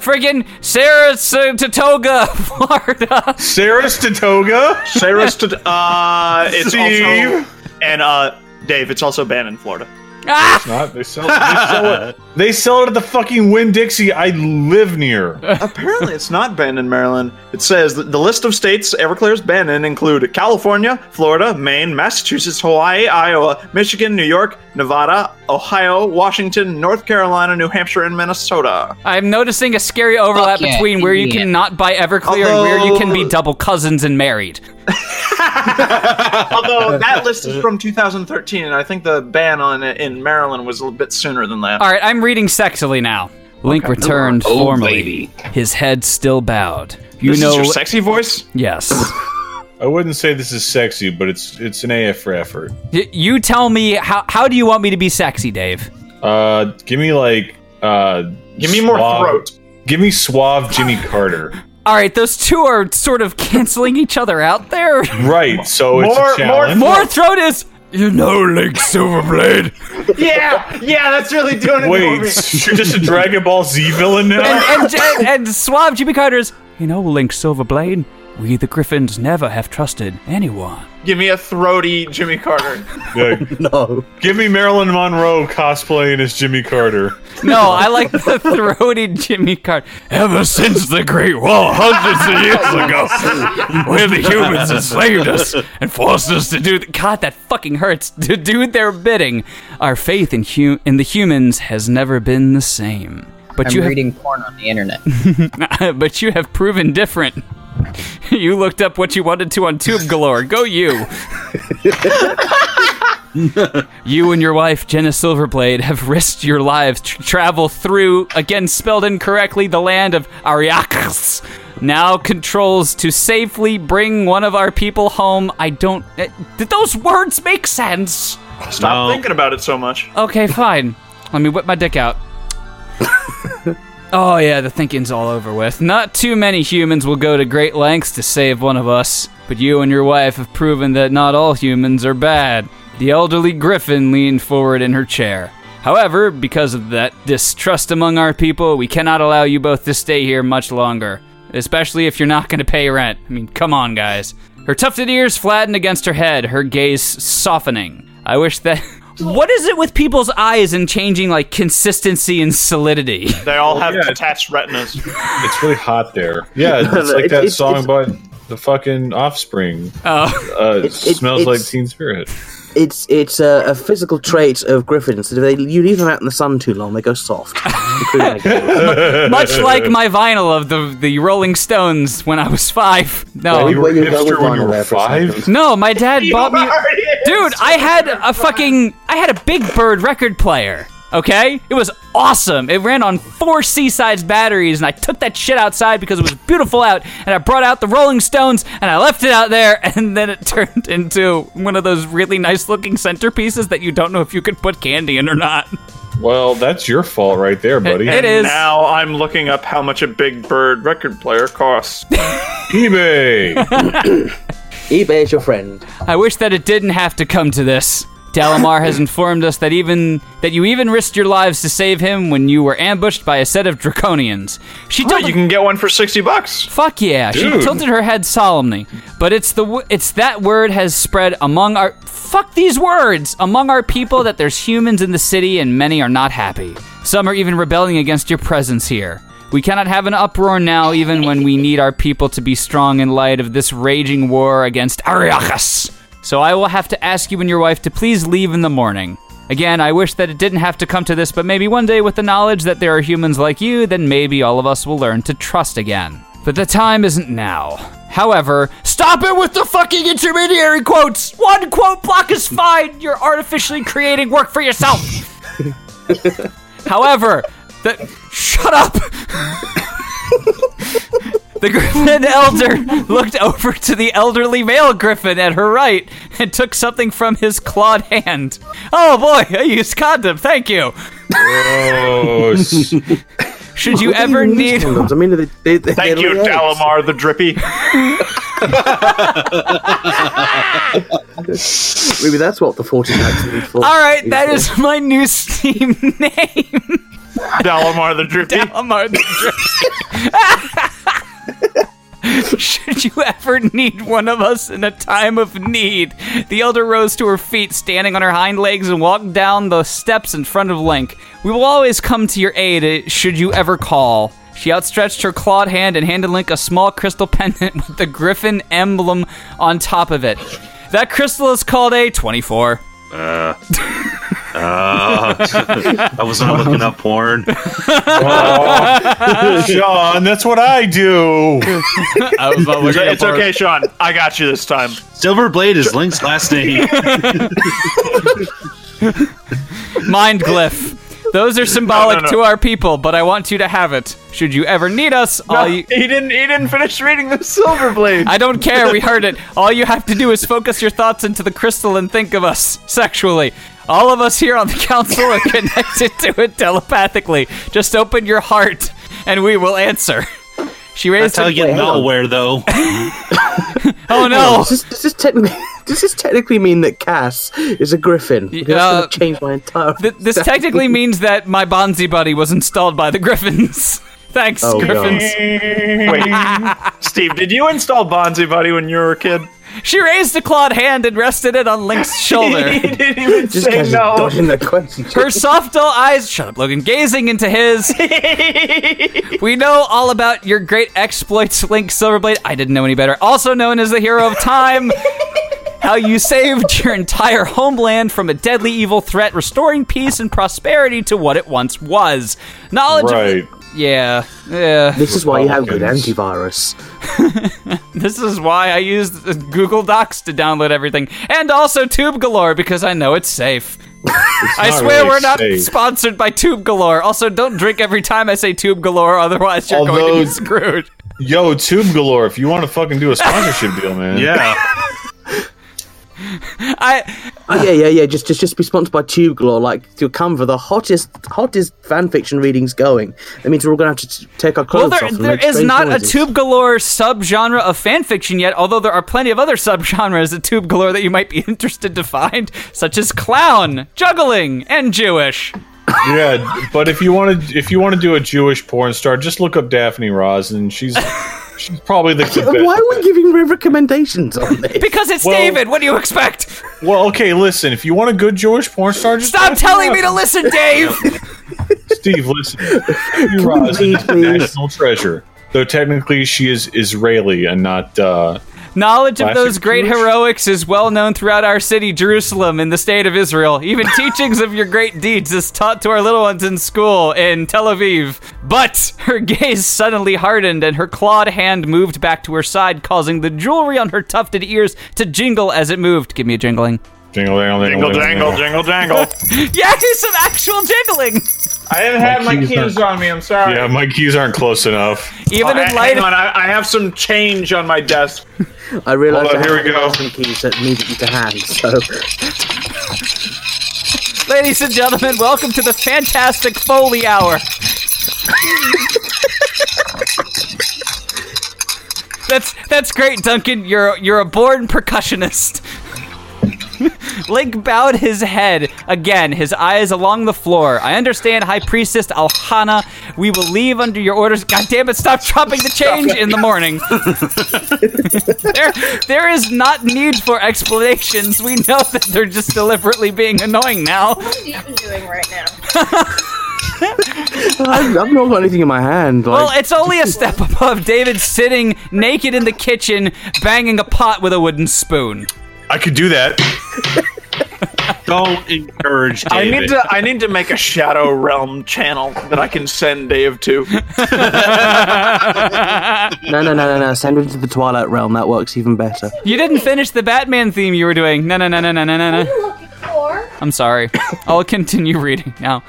Friggin' Saratoga, Florida. Saratoga? Saratoga. Uh, it's also and uh, Dave. It's also banned in Florida. It's not. They sell, they sell it. They sell it at the fucking Winn Dixie. I live near. Apparently, it's not banned in Maryland. It says that the list of states Everclear is banned in include California, Florida, Maine, Massachusetts, Hawaii, Iowa, Michigan, New York, Nevada, Ohio, Washington, North Carolina, New Hampshire, and Minnesota. I'm noticing a scary overlap Fuck yeah, between where you Indiana. can not buy Everclear and where you can be double cousins and married. Although that list is from 2013, and I think the ban on it in Maryland was a little bit sooner than that. All right, I'm reading sexily now. Link Okay. returned Oh, formally, lady. his head still bowed. You This is know, your sexy voice. Yes. I wouldn't say this is sexy, but it's it's an AF for E effort. Y- you tell me how how do you want me to be sexy, Dave? Uh, give me like uh, give me more throat. Give me suave Jimmy Carter. All right, those two are sort of canceling each other out there. Right, so it's a challenge. more throat is you know, Link Silverblade. yeah, yeah, that's really doing Wait, you're just a Dragon Ball Z villain now. and, and, and suave Jimmy Carter's, you know, Link Silverblade, we the Griffins never have trusted anyone. Give me a throaty Jimmy Carter. no. Give me Marilyn Monroe cosplaying as Jimmy Carter. No, I like the throaty Jimmy Carter. Ever since the Great Wall hundreds of years ago, where the humans enslaved us and forced us to do th- God, that fucking hurts to do their bidding. Our faith in hu- in the humans has never been the same. But I'm you have reading porn on the internet. but you have proven different. You looked up what you wanted to on Tube Galore. Go you. you and your wife, Jenna Silverblade, have risked your lives to travel through, again spelled incorrectly, the land of Ariakas. Now controls to safely bring one of our people home. I don't. eh, Did those words make sense? Stop thinking about it so much. Okay, fine. Let me whip my dick out. oh, yeah, the thinking's all over with. Not too many humans will go to great lengths to save one of us, but you and your wife have proven that not all humans are bad. The elderly griffin leaned forward in her chair. However, because of that distrust among our people, we cannot allow you both to stay here much longer, especially if you're not going to pay rent. I mean, come on, guys. Her tufted ears flattened against her head, her gaze softening. I wish that What is it with people's eyes and changing like consistency and solidity? They all have detached retinas. It's really hot there. Yeah, it's like that song by the fucking Offspring. Oh. uh, It- it- smells like it's- Teen Spirit. It's it's a, a physical trait of griffins. If they, you leave them out in the sun too long, they go soft. Including my Mu- Much like my vinyl of the the Rolling Stones when I was five. No, Where you- where you go with Lana there for a second. No, my dad bought me. Dude, I had a fucking I had a Big Bird record player. Okay, it was awesome. It ran on four C-sides batteries, and I took that shit outside because it was beautiful out, and I brought out the Rolling Stones, and I left it out there, and then it turned into one of those really nice-looking centerpieces that you don't know if you could put candy in or not. Well, that's your fault right there, buddy. It is. Now I'm looking up how much a Big Bird record player costs. eBay. eBay is your friend. I wish that it didn't have to come to this. Dalamar has informed us that even that you even risked your lives to save him when you were ambushed by a set of draconians. She told you can get one for sixty bucks. Fuck yeah! She Dude. tilted her head solemnly. But it's the w- it's that word has spread among our fuck these words among our people that there's humans in the city and many are not happy. Some are even rebelling against your presence here. We cannot have an uproar now, even when we need our people to be strong in light of this raging war against Ariakas. So I will have to ask you and your wife to please leave in the morning. Again, I wish that it didn't have to come to this, but maybe one day with the knowledge that there are humans like you, then maybe all of us will learn to trust again. But the time isn't now. However, stop it with the fucking intermediary quotes! One quote block is fine! You're artificially creating work for yourself! However, the. Shut up! The griffin elder looked over to the elderly male griffin at her right and took something from his clawed hand. Oh boy, I used condom, thank you. Gross. Should you ever need. I mean, they, they, they, Thank they you, lay eggs. Dalamar the Drippy. Maybe that's what the forty nights need for. Alright, that is my new Steam name. Dalamar the Drippy. Dalamar the Drippy. Should you ever need one of us in a time of need? The elder rose to her feet, standing on her hind legs, and walked down the steps in front of Link. We will always come to your aid eh, should you ever call. She outstretched her clawed hand and handed Link a small crystal pendant with the griffin emblem on top of it. That crystal is called a 24. Uh, uh, I was not looking up porn. Sean, that's what I do. it's it's okay, Sean. I got you this time. Silverblade is Link's last name. Mind glyph. Those are symbolic No, no, no. to our people, but I want you to have it. Should you ever need us, all you. he didn't. He didn't finish reading the silver blade. I don't care, we heard it. All you have to do is focus your thoughts into the crystal and think of us sexually. All of us here on the council are connected to it telepathically. Just open your heart and we will answer. She That's raised how her- you get malware, though. Oh no! Does this, does this technically does this technically mean that Cass is a griffin? Because uh, that's gonna change my entire. Th- this technically means that my Bonzi buddy was installed by the Griffins. Thanks, Oh, God. Griffins. Wait, Steve, did you install Bonzi Buddy when you were a kid? She raised a clawed hand and rested it on Link's shoulder. he didn't even Just say because no. you're dodging the question. Her soft dull eyes, shut up, Logan, gazing into his. we know all about your great exploits, Link Silverblade. I didn't know any better. Also known as the hero of time. How you saved your entire homeland from a deadly evil threat, restoring peace and prosperity to what it once was. Knowledge Right. of. Yeah, yeah. This is why you have good antivirus. This is why I used Google Docs to download everything, and also Tube Galore because I know it's safe. I not swear really we're not safe. sponsored by Tube Galore. Also, don't drink every time I say Tube Galore, otherwise you're going to Although- be screwed. Yo, Tube Galore, if you want to fucking do a sponsorship deal, man. Yeah. I Oh, yeah, yeah, yeah. Just, just, just be sponsored by Tube Glore, like to Canva, the hottest, hottest fan fiction readings going. That means we're all gonna have to t- take our Well, clothes there, off. and there make is strange not noises. a Tube Galore subgenre of fanfiction yet, although there are plenty of other subgenres of Tube Galore that you might be interested to find, such as clown, juggling, and Jewish. Yeah, but if you want to, if you want to do a Jewish porn star, just look up Daphne Rosin. She's Probably the Why are we giving re- recommendations on this? Because it's Well- David. What do you expect? Well, okay, listen. If you want a good George porn star, just Stop telling me to listen, Dave. Steve, listen. Amy Ross is a national treasure. Though technically she is Israeli and not. Uh, Knowledge of Classic those great Jewish. heroics is well known throughout our city, Jerusalem, and the state of Israel. Even teachings of your great deeds is taught to our little ones in school in Tel Aviv. But her gaze suddenly hardened, and her clawed hand moved back to her side, causing the jewelry on her tufted ears to jingle as it moved. Give me a jingling. Jingle, dangle, Jingle, dangle, jingle, dangle. yeah, some actual jingling. I didn't have my keys, aren't- on me. I'm sorry. Yeah, my keys aren't close enough. Oh, I- hang on, I, I have some change on my desk. I realize Hold on, I here we haven't go. got Some keys that immediately to hand. So Ladies and gentlemen, welcome to the fantastic Foley Hour. that's that's great, Duncan. You're you're a born percussionist. Link bowed his head again, his eyes along the floor. I understand, High Priestess Alhana. We will leave under your orders. God damn it! Stop dropping the change in the morning. there, there is not need for explanations. We know that they're just deliberately being annoying now. What are you doing right now? I've, I've not got anything in my hand. Like, Well, it's only a step above David sitting naked in the kitchen, banging a pot with a wooden spoon. I could do that. Don't encourage I need to. I need to make a Shadow Realm channel that I can send Dave to. no, no, no, no, no. Send him to the Twilight Realm. That works even better. You didn't finish the Batman theme you were doing. No, no, no, no, no, no, no, no. I'm sorry. I'll continue reading now.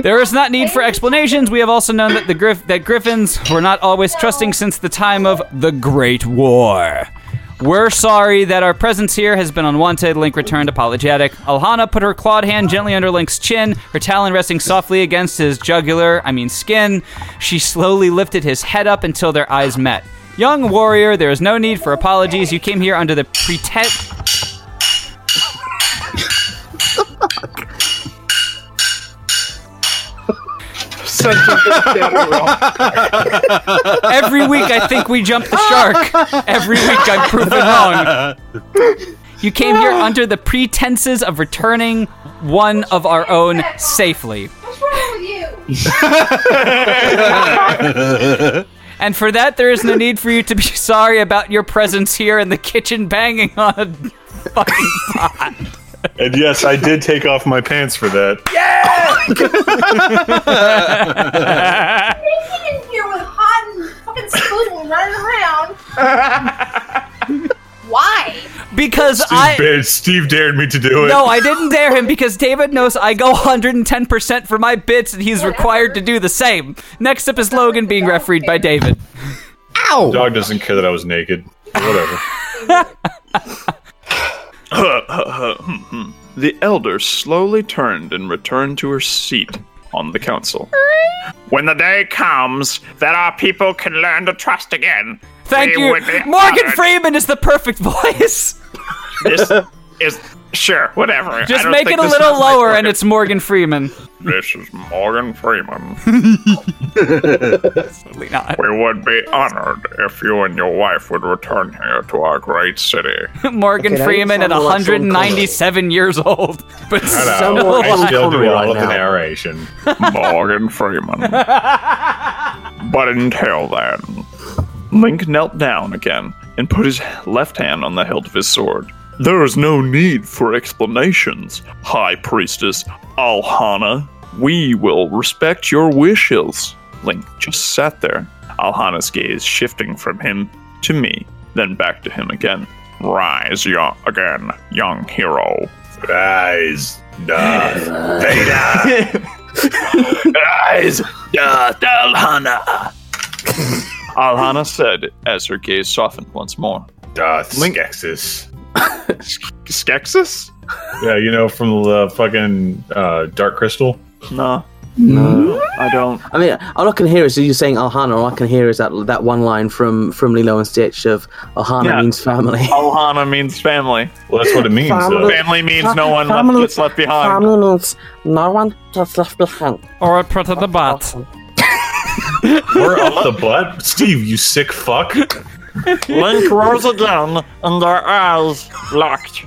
There is not need for explanations. We have also known that the griff that griffins were not always trusting since the time of the Great War. We're sorry that our presence here has been unwanted. Link returned apologetic. Alhana put her clawed hand gently under Link's chin, her talon resting softly against his jugular, I mean skin. She slowly lifted his head up until their eyes met. Young warrior, there is no need for apologies. You came here under the pretense. Every week I think we jump the shark. Every week I'm proven wrong. You came here under the pretenses of returning one of our own safely. What's wrong with you? And for that, there is no need for you to be sorry about your presence here in the kitchen banging on a fucking pot. And yes, I did take off my pants for that. You're sitting in here with hot and fucking spoon running around. Why? Because Steve, I. dared- Steve dared me to do it. No, I didn't dare him because David knows I go 110% for my bits and he's required to do the same. Next up is Logan being refereed by David. Ow! Dog doesn't care that I was naked. Whatever. the elder slowly turned and returned to her seat on the council. When the day comes that our people can learn to trust again, Thank we you. would be Morgan honored. Freeman is the perfect voice. This is sure, whatever. I Just don't make think it a this little sounds like lower Morgan. and it's Morgan Freeman. This is Morgan Freeman. Certainly not. We would be honored if you and your wife would return here to our great city. Morgan Okay, that Freeman at sounds a lot like Sean 197 years old. But Hello. so I still do all alive. of the narration. Morgan Freeman. but until then. Link knelt down again and put his left hand on the hilt of his sword. There is no need for explanations, High Priestess Alhana. We will respect your wishes. Link just sat there, Alhana's gaze shifting from him to me, then back to him again. Rise young, again, young hero. Rise, Darth Vader. Rise, Darth Alhana. Alhana said as her gaze softened once more. Darth Skexis. Skexis? Yeah, you know from the fucking uh, Dark Crystal. No. No. I don't. Mm-hmm. I mean, all I can hear is you saying Alhana. All I can hear is that that one line from from Lilo and Stitch of Alhana Yeah. means family. Alhana means family. Well, that's what it means, uh, Family- though. Family means no one Family- left, gets left behind. Family means no one gets left behind. Or a put of the bat. We're up the butt, Steve. You sick fuck. Link rolls again, and their eyes locked.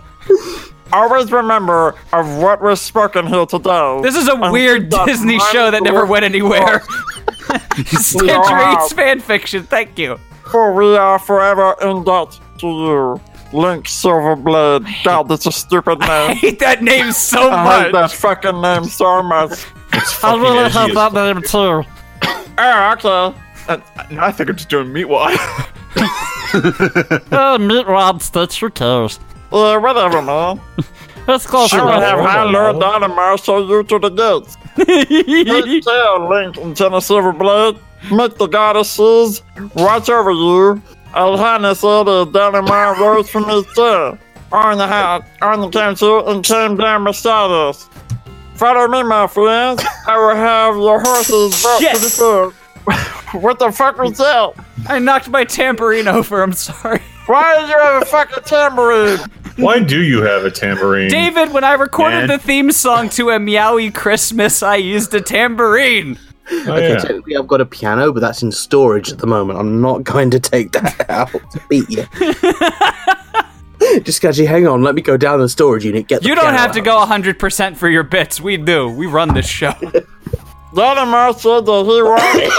Always remember of what was spoken here today. This is a and weird that Disney my show that never went anywhere. Stitch We are- reads fan fiction. Thank you. For we are forever in debt to you. Link Silverblade. God, that's a stupid name. I hate that name so I much. hate that fucking name so much. I fucking really edgy hate as that name too. Ah, Oh, okay. Now Uh, I think I'm just doing meat wad. oh, meat rod stitch, who cares? Uh, whatever, man. That's close I would enough. have high Lord Whatever. Dynamite show you to the gates. Take care, Link and Tennis Silverblade. Make the goddesses watch over you. El Highness of the Dynamite rose from his chair. On the hat, on the council, and came down beside us. Follow me, my friends. I will have your horses brought to the field. what the fuck was that? I knocked my tambourine over. I'm sorry. Why did you have a fucking tambourine? Why do you have a tambourine? David, when I recorded And- the theme song to a Meowie Christmas, I used a tambourine. Oh, okay, technically I've got a piano, but that's in storage at the moment. I'm not going to take that out to beat you. Just actually, hang on. Let me go down the storage unit. Get the You don't piano have to out. go 100% for your bits. We do. We run this show. Dynamite said that he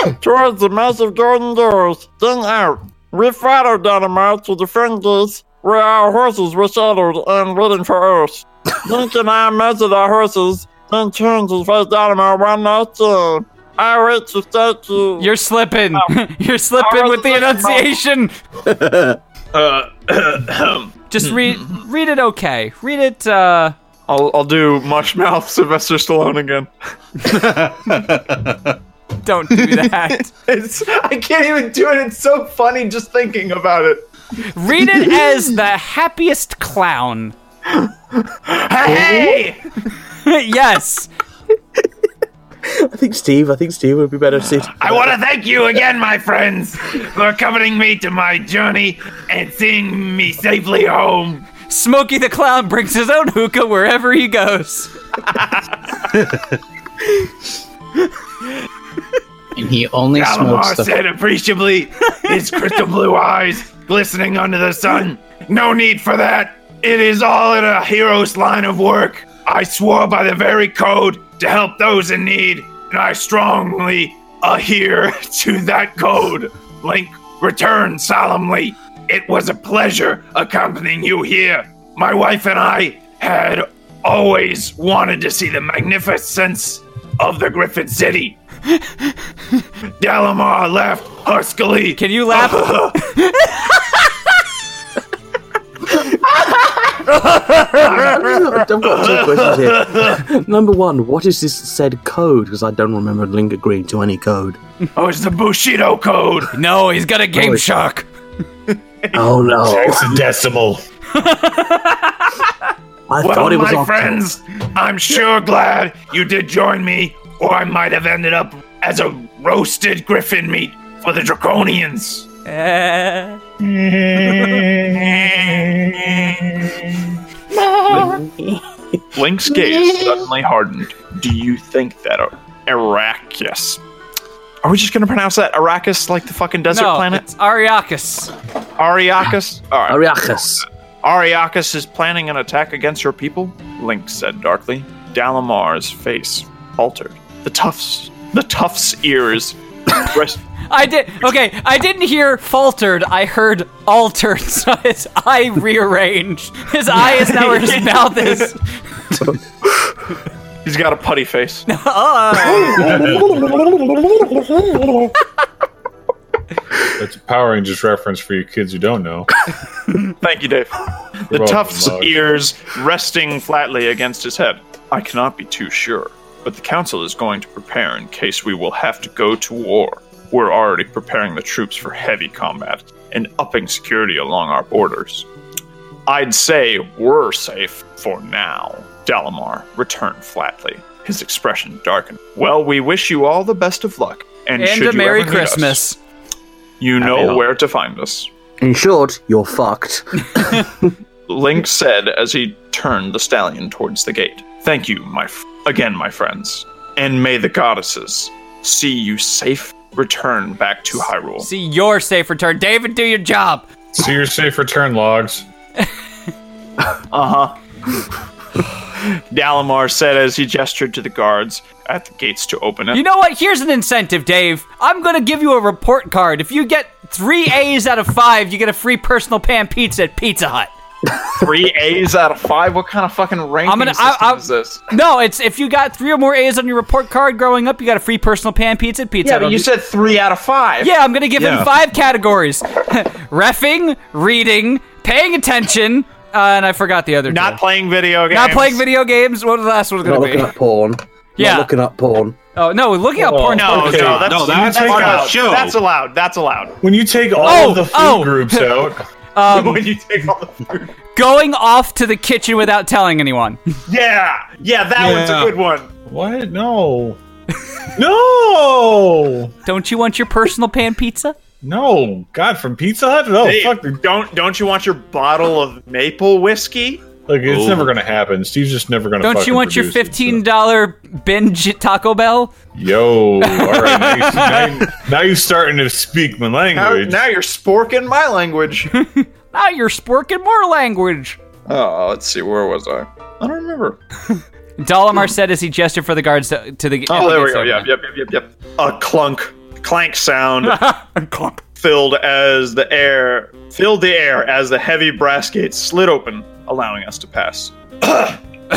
walked towards the massive garden doors, then out. We followed Dynamite to the front gates where our horses were saddled and waiting for us. Link and I measured our horses, then turned to face Dynamite one last time. I wait to statue. You're slipping. Oh, You're slipping with the enunciation. Just read read it okay. Read it uh I'll I'll do Mushmouth Sylvester Stallone again. Don't do that. it's, I can't even do it. It's so funny just thinking about it. read it as the happiest clown. Hey! yes. I think Steve. I think Steve would be better suited. I want to thank you again, my friends, for accompanying me to my journey and seeing me safely home. Smokey the clown brings his own hookah wherever he goes. And he only Calamar smokes the. said appreciably, his crystal blue eyes glistening under the sun. No need for that. It is all in a hero's line of work. I swore by the very code to help those in need, and I strongly adhere to that code. Link returned solemnly. It was a pleasure accompanying you here. My wife and I had always wanted to see the magnificence of the Griffin City. Dalamar laughed huskily. Can you laugh? I've got two questions here. Number one, what is this said code? Because I don't remember Link agreeing to any code. Oh, it's the Bushido code. No, he's got a game Holy- shark. Oh no! Hexadecimal. I well, thought it was my octal. friends, I'm sure glad you did join me, or I might have ended up as a roasted griffin meat for the Draconians. Link's gaze suddenly hardened. Do you think that Ar- Arrakis? Are we just gonna pronounce that Arrakis like the fucking desert no, planet? It's Ariakus. Ariakus? Alright. Ariakus. Ariakus is planning an attack against your people, Link said darkly. Dalamar's face altered. The tufts the tufts ears rest- I did okay. I didn't hear faltered. I heard altered. So his eye rearranged. His eye is now where his mouth is. He's got a putty face. Oh. That's a Power Rangers reference for you kids who don't know. Thank you, Dave. The welcome, tuft's Mog. ears resting flatly against his head. I cannot be too sure, but the council is going to prepare in case we will have to go to war. We're already preparing the troops for heavy combat and upping security along our borders. I'd say we're safe for now, Dalamar returned flatly, his expression darkened. Well, we wish you all the best of luck, and, And should a you Merry ever need us, Christmas. you know Happy where to find us. In short, you're fucked. Link said as he turned the stallion towards the gate. Thank you, my f- again, my friends, and may the goddesses see you safe return back to Hyrule. See your safe return. David, do your job. See your safe return logs. uh-huh. Uh huh. Dalimar said as he gestured to the guards at the gates to open it. You know what? Here's an incentive, Dave. I'm going to give you a report card. If you get three A's out of five, you get a free personal pan pizza at Pizza Hut. three A's out of five. What kind of fucking ranking I'm gonna- system I- I- is this? No, it's if you got three or more A's on your report card growing up, you got a free personal pan pizza at Pizza Yeah, Hut. but you said three out of five. Yeah, I'm going to give Yeah. him five categories refing, reading, paying attention, uh, and I forgot the other Not playing video Not games. playing video games. What was the last one Not going looking to be? at porn. Yeah. Not looking at porn. Oh, no, looking at Oh, porn. no, porn. no, that's- No, that's that's part of allowed. show. That's allowed. That's allowed. When you take all Oh, of the food oh. groups out, Um, when you take all the food. Going off to the kitchen without telling anyone. Yeah, yeah, that Yeah. one's a good one. What? No. no. Don't you want your personal pan pizza? No. God, from Pizza Hut? No. Hey, fuck. Don't don't you want your bottle of maple whiskey? Look, it's Ooh. never going to happen. Steve's just never going to Don't you want your fifteen dollar binge at Taco Bell? Yo. Oh, All right. Now, you, now, you, now you're starting to speak my Oh. Now, language. now you're sporking my language. Now you're sporking more language. oh, let's see. Where was I? I don't remember. Dalimar said as he gestured for the guards to, to the. Oh, there we go. Yeah. Yep, yep, yep, yep, yep. A clunk, clank sound. clunk. Filled as the air, filled the air as the heavy brass gates slid open, allowing us to pass.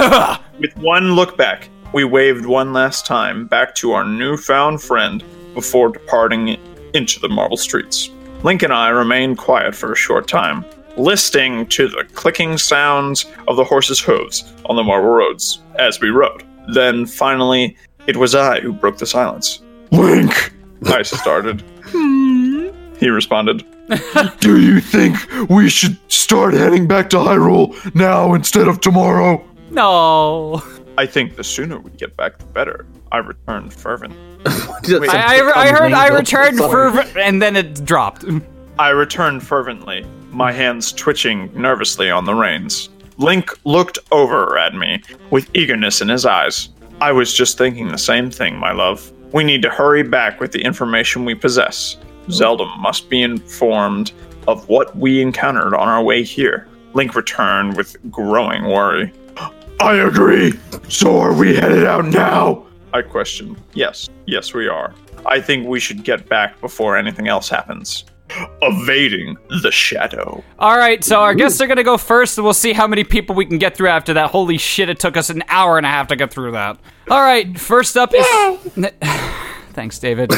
With one look back, we waved one last time back to our newfound friend before departing into the marble streets. Link and I remained quiet for a short time, listening to the clicking sounds of the horses' hooves on the marble roads as we rode. Then finally, it was I who broke the silence. Link! I started. he responded. Do you think we should start heading back to Hyrule now instead of tomorrow? No. I think the sooner we get back, the better. I returned fervent. I, I, I heard I returned fervent, and then it dropped. I returned fervently, my hands twitching nervously on the reins. Link looked over at me with eagerness in his eyes. I was just thinking the same thing, my love. We need to hurry back with the information we possess. Zelda must be informed of what we encountered on our way here. Link returned with growing worry. I agree. So are we headed out now? I questioned. Yes, yes, we are. I think we should get back before anything else happens. Evading the shadow. All right, so our guests are gonna go first, and we'll see how many people we can get through after that. Holy shit! It took us an hour and a half to get through that. All right, first up is. Thanks, David.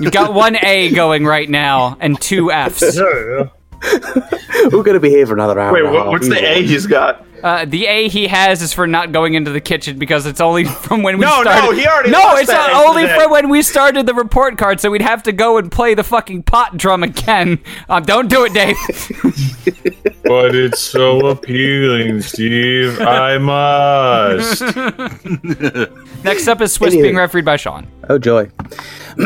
You've got one A going right now and two Fs. We're going to be here for another hour. Wait, and a what- half. what's the A he's got? Uh, the A he has is for not going into the kitchen because it's only from when we No, no, started. he already No, lost it's that not A only today. from when we started the report card, so we'd have to go and play the fucking pot drum again. Um, don't do it, Dave. but it's so appealing, Steve. I must. Next up is Swiss Anyway. being refereed by Sean. Oh joy.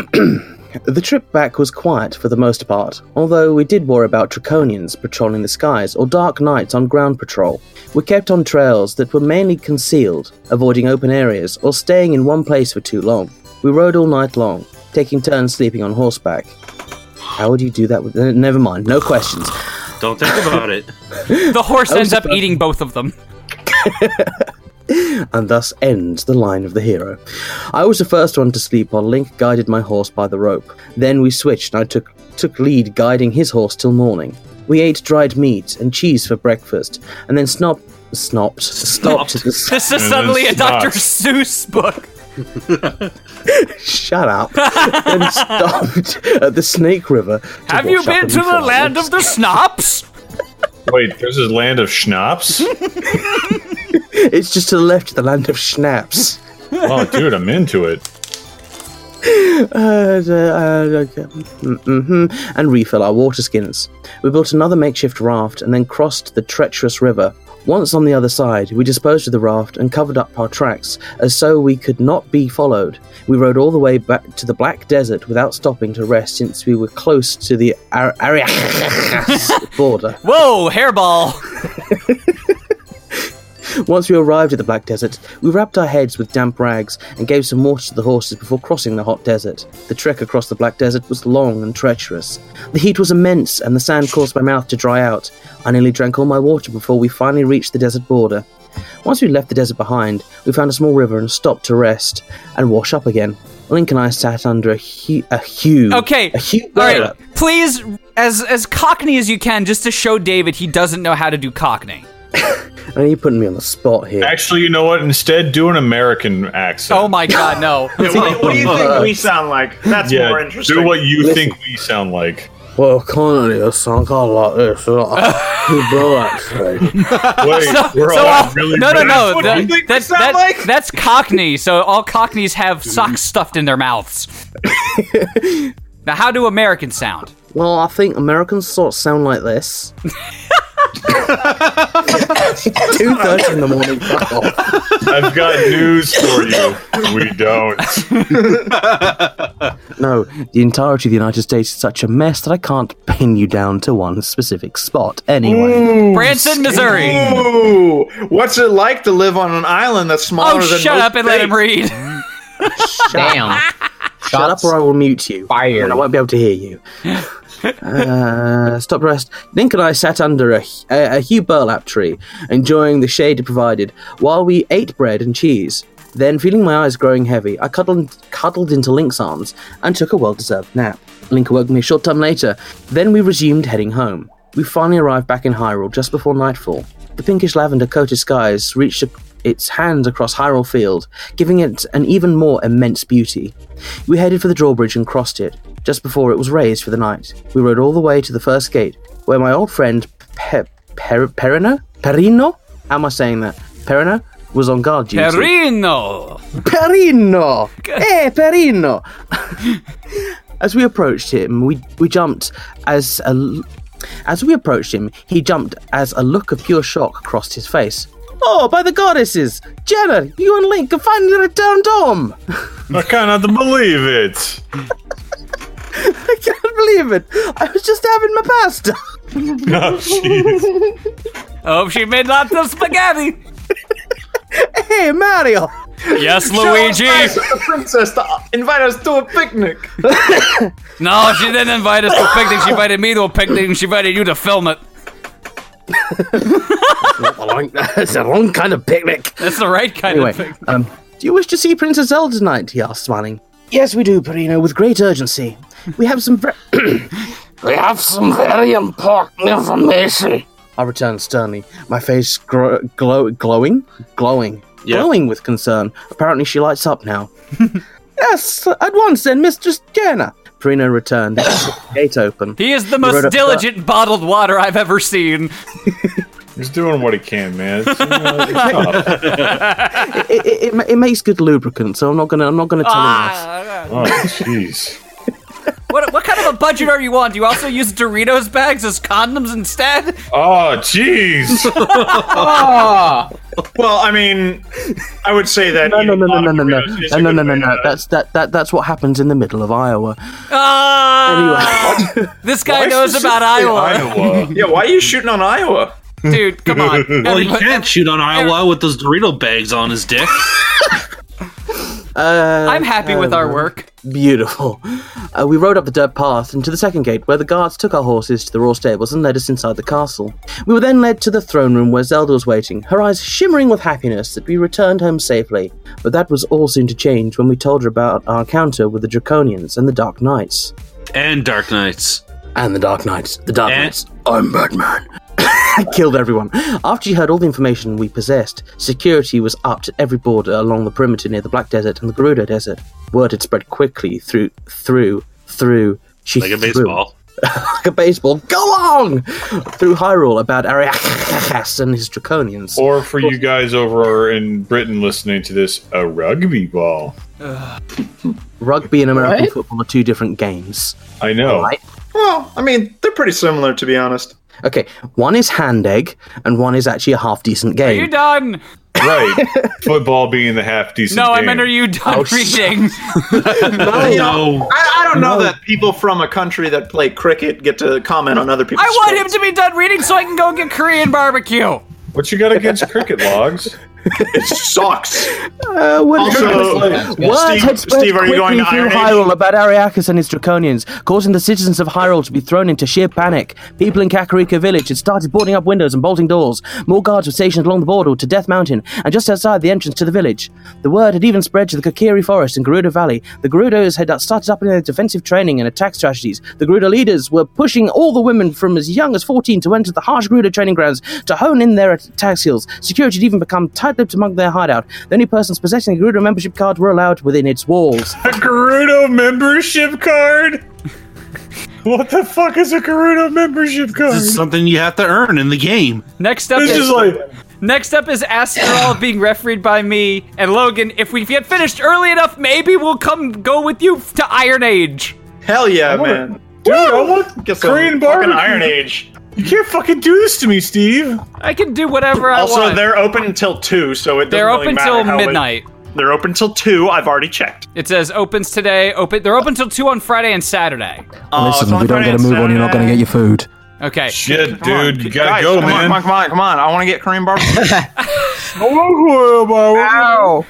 the trip back was quiet for the most part, although we did worry about draconians patrolling the skies or dark nights on ground patrol. We kept on trails that were mainly concealed, avoiding open areas or staying in one place for too long. We rode all night long, taking turns sleeping on horseback. How would you do that with. uh, Never mind, no questions. Don't think about it. The horse I was ends up about- eating both of them. and thus ends the line of the hero. I was the first one to sleep while Link guided my horse by the rope. Then we switched and I took, took lead guiding his horse till morning. We ate dried meat and cheese for breakfast, and then snop, snopped, stopped. This is suddenly a Dr. Seuss book. Shut up. and stopped at the Snake River. to Have you wash up been and to the refill. land of the snops? Wait, there's a land of schnapps? It's just to the left of the land of schnapps. oh, dude, I'm into it. uh, hmm and refill our water skins. We built another makeshift raft and then crossed the treacherous river. Once on the other side, we disposed of the raft and covered up our tracks, as so we could not be followed. We rode all the way back to the Black Desert without stopping to rest, since we were close to the Ar- Arias border. Whoa, hairball! Once we arrived at the Black Desert, we wrapped our heads with damp rags and gave some water to the horses before crossing the hot desert. The trek across the Black Desert was long and treacherous. The heat was immense, and the sand caused my mouth to dry out. I nearly drank all my water before we finally reached the desert border. Once we left the desert behind, we found a small river and stopped to rest and wash up again. Link and I sat under a, hu- a huge. Okay. A huge. All right. Please, as as cockney as you can, just to show David he doesn't know how to do cockney. I mean, you're putting me on the spot here. Actually, you know what? Instead, do an American accent. Oh my god, no. what, what do you think we sound like? That's yeah, more interesting. Do what you Listen. think we sound like. Well, currently a song called like this. People actually. Wait, we're all all- really no, no, bad. no. What do you think we that's sound like? that's cockney. So all cockneys have socks stuffed in their mouths. now, how do Americans sound? Well, I think Americans sort of sound like this. Two thirty in the morning. Fuck off. I've got news for you. We don't. No, the entirety of the United States is such a mess that I can't pin you down to one specific spot. Anyway, Branson, Missouri. Ooh, what's it like to live on an island that's smaller Oh, than shut most up and let him states? read. Damn. shut up or I will mute you. Fire. And I won't be able to hear you. uh, stop rest. Link and I sat under a, a, a Hugh burlap tree, enjoying the shade it provided, while we ate bread and cheese. Then, feeling my eyes growing heavy, I cuddled, cuddled into Link's arms and took a well deserved nap. Link awoke me a short time later. Then we resumed heading home. We finally arrived back in Hyrule just before nightfall. The pinkish lavender coated skies reached a- its hands across Hyrule Field, giving it an even more immense beauty. We headed for the drawbridge and crossed it, just before it was raised for the night. We rode all the way to the first gate, where my old friend Pe- Per- Perino? Perino? How am I saying that? Perino? Was on guard duty. Perino. Perino! Hey, Perino! as we approached him, we, we jumped as a. l- As we approached him, he jumped as a look of pure shock crossed his face. Oh, by the goddesses! Jenna, you and Link have finally returned home! I cannot believe it. I can't believe it! I was just having my pasta! Oh, jeez. Oh, she made lots of spaghetti. hey, Mario! Yes, Show us Luigi. the princess to invite us to a picnic. No, she didn't invite us to a picnic. She invited me to a picnic, and she invited you to film it. That's a wrong kind of picnic. That's the right kind anyway, of picnic. um, do you wish to see Princess Zelda tonight? He asked, smiling. Yes, we do, Perino, with great urgency. We have some. Ve- we have some very important information. I returned sternly, my face gro- glow- glowing, glowing, glowing with concern. Apparently, she lights up now. yes, at once then, Mistress Jenna. Perino returned, gate open. He is We the rode most up- diligent bottled water I've ever seen. He's doing what he can, man. It's, you know, it's tough. it, it, it, ma- it makes good lubricant, so I'm not gonna I'm not gonna tell Ah. him off. Oh, jeez. What, what kind of a budget are you on? Do you also use Doritos bags as condoms instead? Oh, jeez. Ah. well, I mean, I would say that. No, no, no, no, no, no, no, It's no, no, no, no, no. That's that, that that's what happens in the middle of Iowa. Ah! this guy Why knows about specifically Iowa. Iowa? yeah, why are you shooting on Iowa? Dude, come on. well, he can't shoot on Iowa with those Dorito bags on his dick. Uh, I'm happy with our um, work. Beautiful. Uh, we rode up the dirt path and to the second gate, where the guards took our horses to the raw stables and led us inside the castle. We were then led to the throne room where Zelda was waiting, her eyes shimmering with happiness that we returned home safely. But that was all soon to change when we told her about our encounter with the Draconians and the Dark Knights. And Dark Knights. And the Dark Knights. The Dark Knights. I'm Batman. Killed everyone. After she heard all the information we possessed, security was upped at every border along the perimeter near the Black Desert and the Gerudo Desert. Word had spread quickly through, through, through. She Like a threw- baseball. like a baseball. Go on! Through Hyrule about Ariakas and his draconians. Or for you guys over in Britain listening to this, a rugby ball. Rugby and American What? football are two different games. I know. Right? Well, I mean, they're pretty similar, to be honest. Okay, one is hand egg, and one is actually a half decent game. Are you done? Right. Football being the half decent. No, I game. Oh, meant are you done reading? No. I, I don't know that people from a country that play cricket get to comment on other I people's. want him to be done reading so I can go get Korean barbecue. What you got against cricket logs? It sucks. Uh, what Also, Words Steve, had spread Steve, are you going quickly to through Iron Age? Hyrule about Ariakus and his draconians, causing the citizens of Hyrule to be thrown into sheer panic. People in Kakarika village had started boarding up windows and bolting doors. More guards were stationed along the border to Death Mountain and just outside the entrance to the village. The word had even spread to the Kakiri forest and Gerudo Valley. The Gerudos had started up in their defensive training and attack strategies. The Gerudo leaders were pushing all the women from as young as 14 to enter the harsh Gerudo training grounds to hone in their attack skills. Security had even become tight-lipped among their hideout. The only persons possessing a Gerudo membership card were allowed within its walls. A Gerudo membership card? What the fuck is a Gerudo membership card? This is something you have to earn in the game. Next up This is is like- Next up is Asteral being refereed by me and Logan. If we get finished early enough, maybe we'll come go with you to Iron Age. Hell yeah, man! Dude, I want Guess Korean I'm fucking barbecue. Iron Age. You can't fucking do this to me, Steve. I can do whatever I also, want. they're open until two, so it doesn't They're really open matter till how late- midnight. They're open till two. I've already checked. It says opens today. Open. They're open till two on Friday and Saturday. Oh, Listen, if we don't get a move on, you're not going to get your food. Okay. Shit, dude, you Guys, come On, come on, come on, come on! I want to get Korean barbecue. Ow.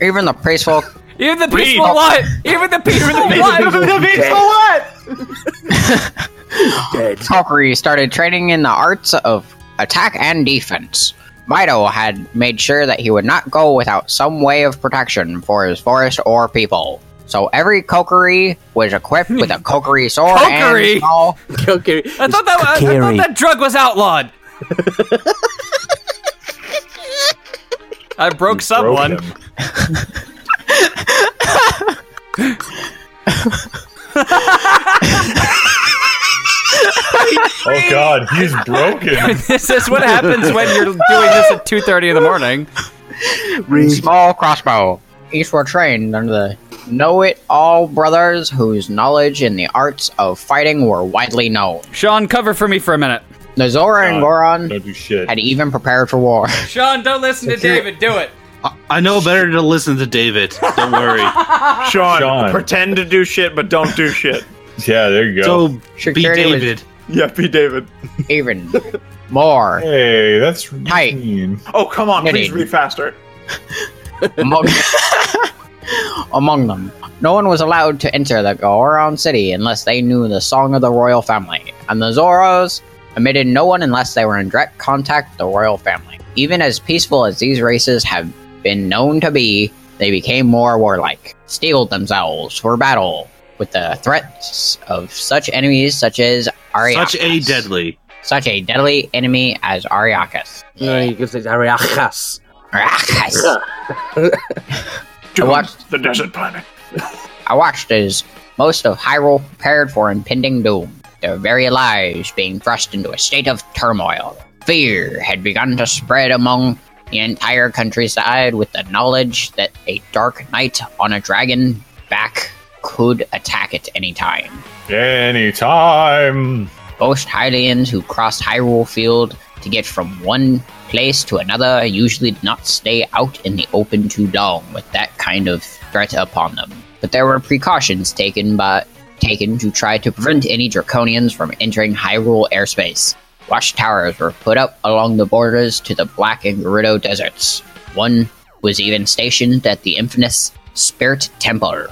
Even the peaceful. Even the Read. peaceful what? Even the peaceful peaceful- what? the peaceful what? Kokiri started training in the arts of attack and defense. Mido had made sure that he would not go without some way of protection for his forest or people. So every Kokiri was equipped with a Kokiri sword Kokiri? and small I thought that I, I thought Kakiri. that drug was outlawed. I broke someone. Oh god, he's broken. this is what happens when you're doing this at 2:30 in the morning. small crossbow. Each were trained under the know-it-all brothers whose knowledge in the arts of fighting were widely known. Sean, cover for me for a minute. Nazora and Goron had even prepared for war. Sean, don't listen to David. Do it. I know better to listen to David. Don't worry. Sean, Sean. pretend to do shit, but don't do shit. Yeah, there you So be Security was David. Yeah, be David. Even more. Hey, that's tight. Oh, come on, please Knitting. read faster. among, among them. No one was allowed to enter the Goron city unless they knew the song of the royal family, and the Zoros admitted no one unless they were in direct contact with the royal family. Even as peaceful as these races have been known to be, they became more warlike, steeled themselves for battle with the threats of such enemies such as Ariakas. Such a deadly. Such a deadly enemy as Ariakas. No, you can say Ariakas. Ariakas. Jones, watched- the desert planet. I watched as most of Hyrule prepared for impending doom, their very lives being thrust into a state of turmoil. Fear had begun to spread among the entire countryside with the knowledge that a dark knight on a dragon back could attack at any time. Anytime. Most Hylians who crossed Hyrule Field to get from one place to another usually did not stay out in the open too long with that kind of threat upon them. But there were precautions taken by taken to try to prevent any draconians from entering Hyrule airspace. Watchtowers were put up along the borders to the Black and Gerudo deserts. One was even stationed at the infamous Spirit Temple,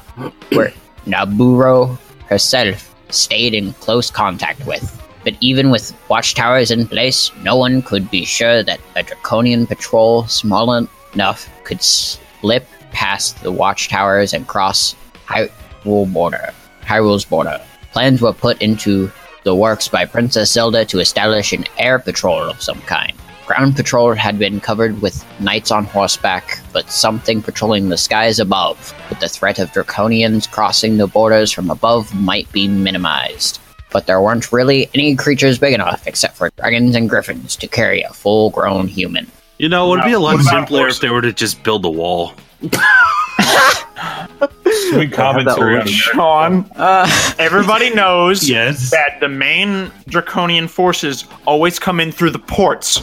where Naburo herself stayed in close contact with. But even with watchtowers in place, no one could be sure that a draconian patrol small enough could slip past the watchtowers and cross Hyrule border. Hyrule's border. Plans were put into the works by Princess Zelda to establish an air patrol of some kind. Ground patrol had been covered with knights on horseback, but something patrolling the skies above, with the threat of draconians crossing the borders from above, might be minimized. But there weren't really any creatures big enough, except for dragons and griffins, to carry a full grown human. You know, it would be a lot What about simpler if they were to just build a wall. Sweet commentary on Sean, Uh, everybody knows Yes. that the main draconian forces always come in through the ports.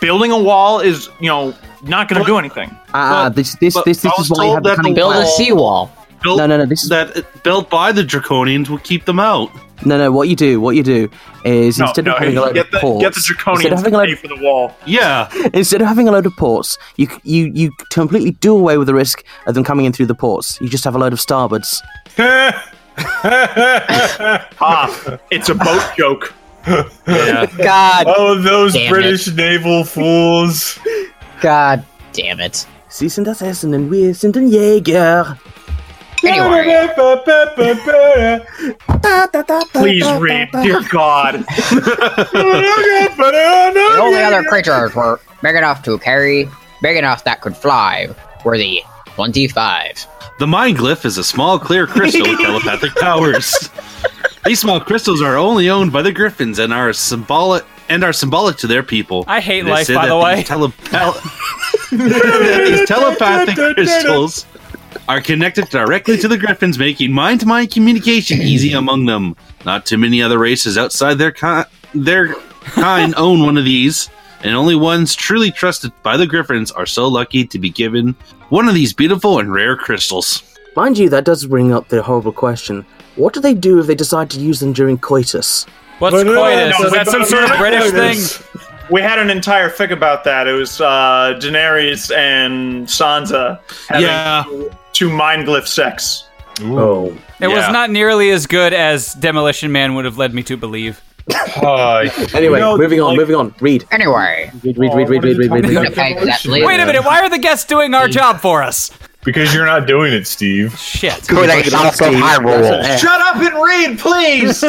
Building a wall is, you know, not going to do anything. Ah, this this but this this I is was why you told have the that the cunning wall- Build a plan. seawall. Built, no, no, no. This that built by the draconians will keep them out. No, no. What you do, what you do, is No, instead no, of having a load get of the, ports, get the instead of draconians to having a load pay for the wall. Yeah. Instead of having a load of ports, you c- you you completely do away with the risk of them coming in through the ports. You just have a load of starboards. ah, it's a boat joke. God. Oh, All of those damn British naval fools. God damn it. Sie sind das Essen und wir sind ein Jäger. Please read, dear God. The only other creatures were big enough to carry, big enough that could fly, were the 25. The mind glyph is a small clear crystal with telepathic powers. These small crystals are only owned by the griffins and are symbolic and are symbolic to their people. I hate It is life, said by that the way. these telepa- these telepathic crystals are connected directly to the griffins, making mind-to-mind communication easy among them. Not too many other races outside their ki- their kind own one of these, and only ones truly trusted by the griffins are so lucky to be given one of these beautiful and rare crystals. Mind you, that does bring up the horrible question: What do they do if they decide to use them during coitus? What's uh, coitus? Is that some sort of British thing? We had an entire fic about that. It was uh, Daenerys and Sansa having Yeah. two mind glyph sex. Oh. It was Yeah. not nearly as good as Demolition Man would have led me to believe. Uh, anyway, moving on, moving on. Read. Anyway. Read, read, read, read, read, read, read. read. Wait a minute, why are the guests doing our job for us? Because you're not doing it, Steve. Shit. Who they shut up from Hyrule. Shut up and read, please.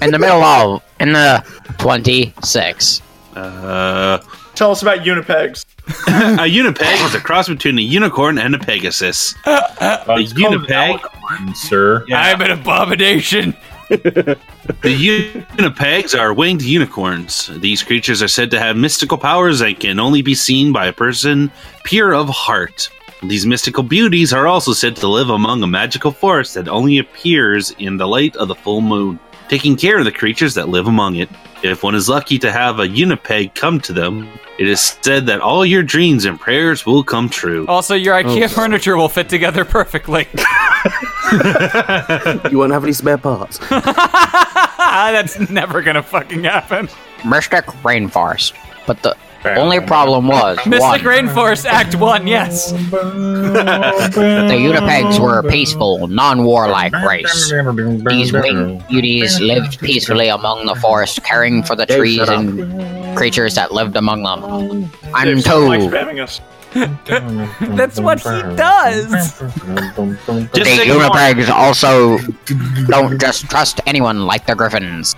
In the middle of, in the 26. Uh, Tell us about unipegs. a unipeg is a cross between a unicorn and a pegasus. Uh, a unipeg, sir. I'm an abomination. The unipegs are winged unicorns. These creatures are said to have mystical powers and can only be seen by a person pure of heart. These mystical beauties are also said to live among a magical forest that only appears in the light of the full moon, taking care of the creatures that live among it. If one is lucky to have a unipeg come to them, it is said that all your dreams and prayers will come true. Also, your IKEA Oh, God. furniture will fit together perfectly. You won't have any spare parts. Ah, That's never gonna fucking happen. Mystic Rainforest. But the only problem was, Mystic one, Rainforest Act 1, yes. the Unipegs were a peaceful, non-warlike race. These winged beauties lived peacefully among the forest, caring for the trees and creatures that lived among them. I'm told us. That's what he does. the Unipegs also don't just trust anyone like the Griffins.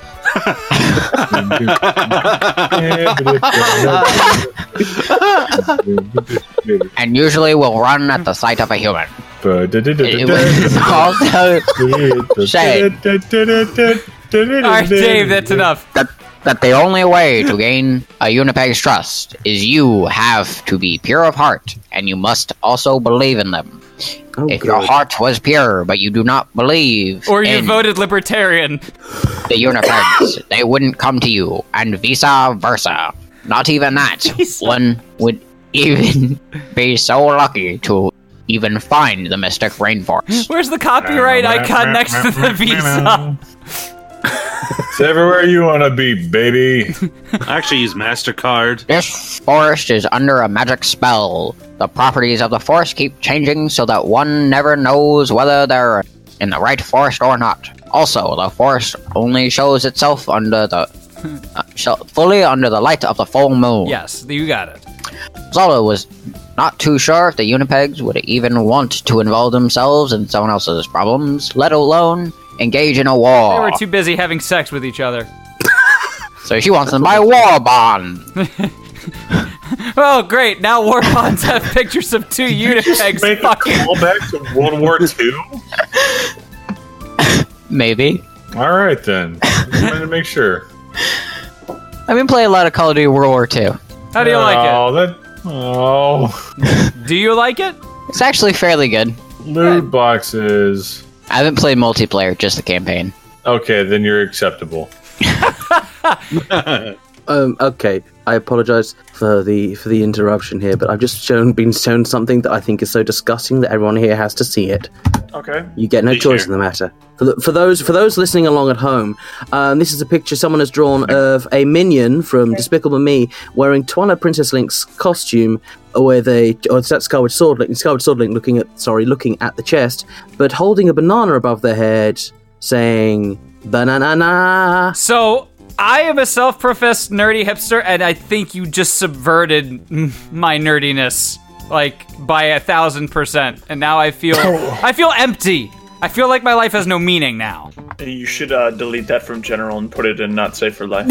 and usually will run at the sight of a human. It was also said Alright, Dave, that's enough. that, that the only way to gain a Unipeg's trust is you have to be pure of heart, and you must also believe in them. if your heart was pure, but you do not believe Or you in voted Libertarian. the Unipegs, they wouldn't come to you, and vice versa. Not even that. One would even be so lucky to even find the Mystic Rainforest. Where's the copyright icon next to the visa? It's everywhere you want to be, baby. I actually use MasterCard. This forest is under a magic spell. The properties of the forest keep changing so that one never knows whether they're in the right forest or not. Also, the forest only shows itself under the uh, sho- fully under the light of the full moon. Yes, you got it. Zolo was not too sure if the Unipegs would even want to involve themselves in someone else's problems, let alone engage in a They war. were too busy having sex with each other. so she wants them by war bond. Oh, great. Now war bonds have pictures of two unipegs fucking. Callback to World War II? Maybe. All right, then. Just wanted to make sure. I've been playing a lot of Call of Duty World War II. How do you like it? Oh, that. Oh. Do you like it? It's actually fairly good. Loot boxes. I haven't played multiplayer, just the campaign. Okay, then you're acceptable. Um, okay, I apologize for the for the interruption here, but I've just shown been shown something that I think is so disgusting that everyone here has to see it. Okay. You get no choice in the matter. For, the, for those for those listening along at home, um, this is a picture someone has drawn of a minion from Despicable Me wearing Twana Princess Link's costume, with a or it's that Scarlet Sword Link, Scarlet Sword Link looking at sorry looking at the chest, but holding a banana above their head, saying banana. So I am a self-professed nerdy hipster, and I think you just subverted mm, my nerdiness like by a thousand percent. And now I feel I feel empty. I feel like my life has no meaning now. You should uh, delete that from general and put it in not safe for life.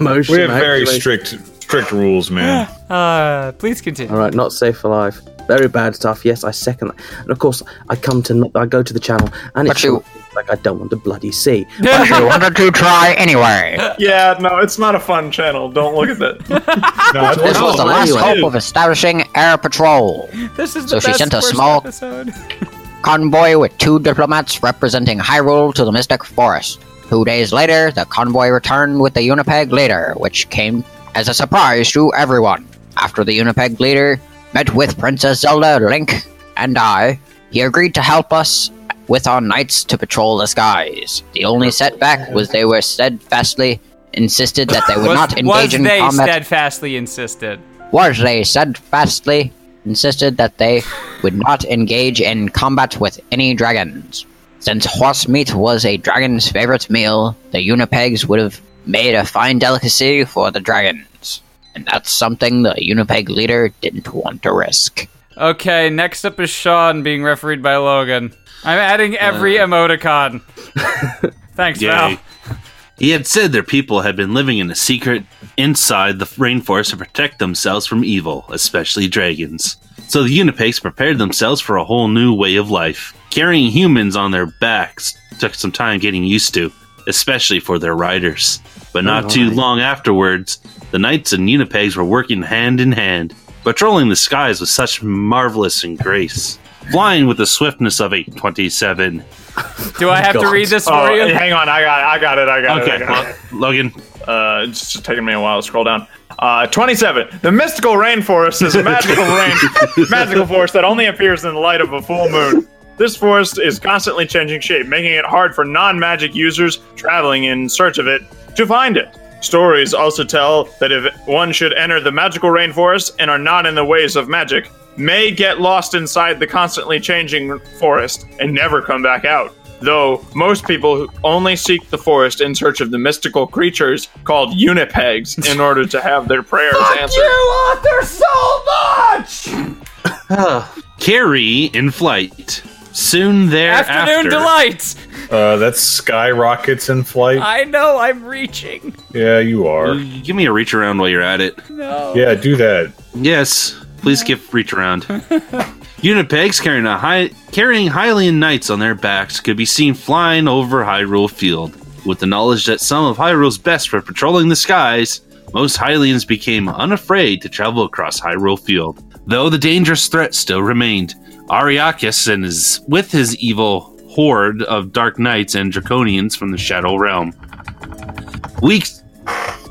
motion, we have very actually. strict strict rules, man. Uh, please continue. All right, not safe for life. Very bad stuff. Yes, I second that. And of course, I come to I go to the channel, and it's short, like I don't want to bloody see. But you wanted to try anyway. yeah, no, it's not a fun channel. Don't look at it. no, This was the last hope of establishing air patrol. This is So the she best sent a first small- episode. Convoy with two diplomats representing Hyrule to the Mystic Forest. Two days later, the convoy returned with the Unipeg leader, which came as a surprise to everyone. After the Unipeg leader met with Princess Zelda, Link, and I, he agreed to help us with our knights to patrol the skies. The only setback was they were steadfastly insisted that they would was, not was engage in they combat steadfastly insisted? was they steadfastly insisted that they would not engage in combat with any dragons. Since horse meat was a dragon's favorite meal, the Unipegs would have made a fine delicacy for the dragons. And that's something the Unipeg leader didn't want to risk. Okay, next up is Sean being refereed by Logan. I'm adding every Uh. emoticon. Thanks, Val. Yay. He had said their people had been living in a secret inside the rainforest to protect themselves from evil, especially dragons. So the Unipegs prepared themselves for a whole new way of life. Carrying humans on their backs took some time getting used to, especially for their riders. But not too Alright. long afterwards, the knights and Unipegs were working hand in hand, patrolling the skies with such marvelous and grace, flying with the swiftness of a 27. Do I have to read this for Oh, you? Hang on, I got it. I got it. I got it. I Okay, got it. well, Logan. Uh, it's just taking me a while to scroll down. Uh, 27. The mystical rainforest is a magical rain, magical forest that only appears in the light of a full moon. This forest is constantly changing shape, making it hard for non-magic users traveling in search of it to find it. Stories also tell that if one should enter the magical rainforest and are not in the ways of magic, may get lost inside the constantly changing forest and never come back out. Though most people only seek the forest in search of the mystical creatures called unipegs in order to have their prayers answered. author, so much! Carrie in flight. Soon thereafter. Afternoon delight! Uh, that's skyrockets in flight. I know, I'm reaching. yeah, you are. Give me a reach around while you're at it. No. Yeah, do that. Yes, please give reach around. Unipegs carrying a high, carrying Hylian knights on their backs could be seen flying over Hyrule Field. With the knowledge that some of Hyrule's best were patrolling the skies, most Hylians became unafraid to travel across Hyrule Field. Though the dangerous threat still remained, Ariakis and his, with his evil horde of dark knights and draconians from the Shadow Realm. Weeks.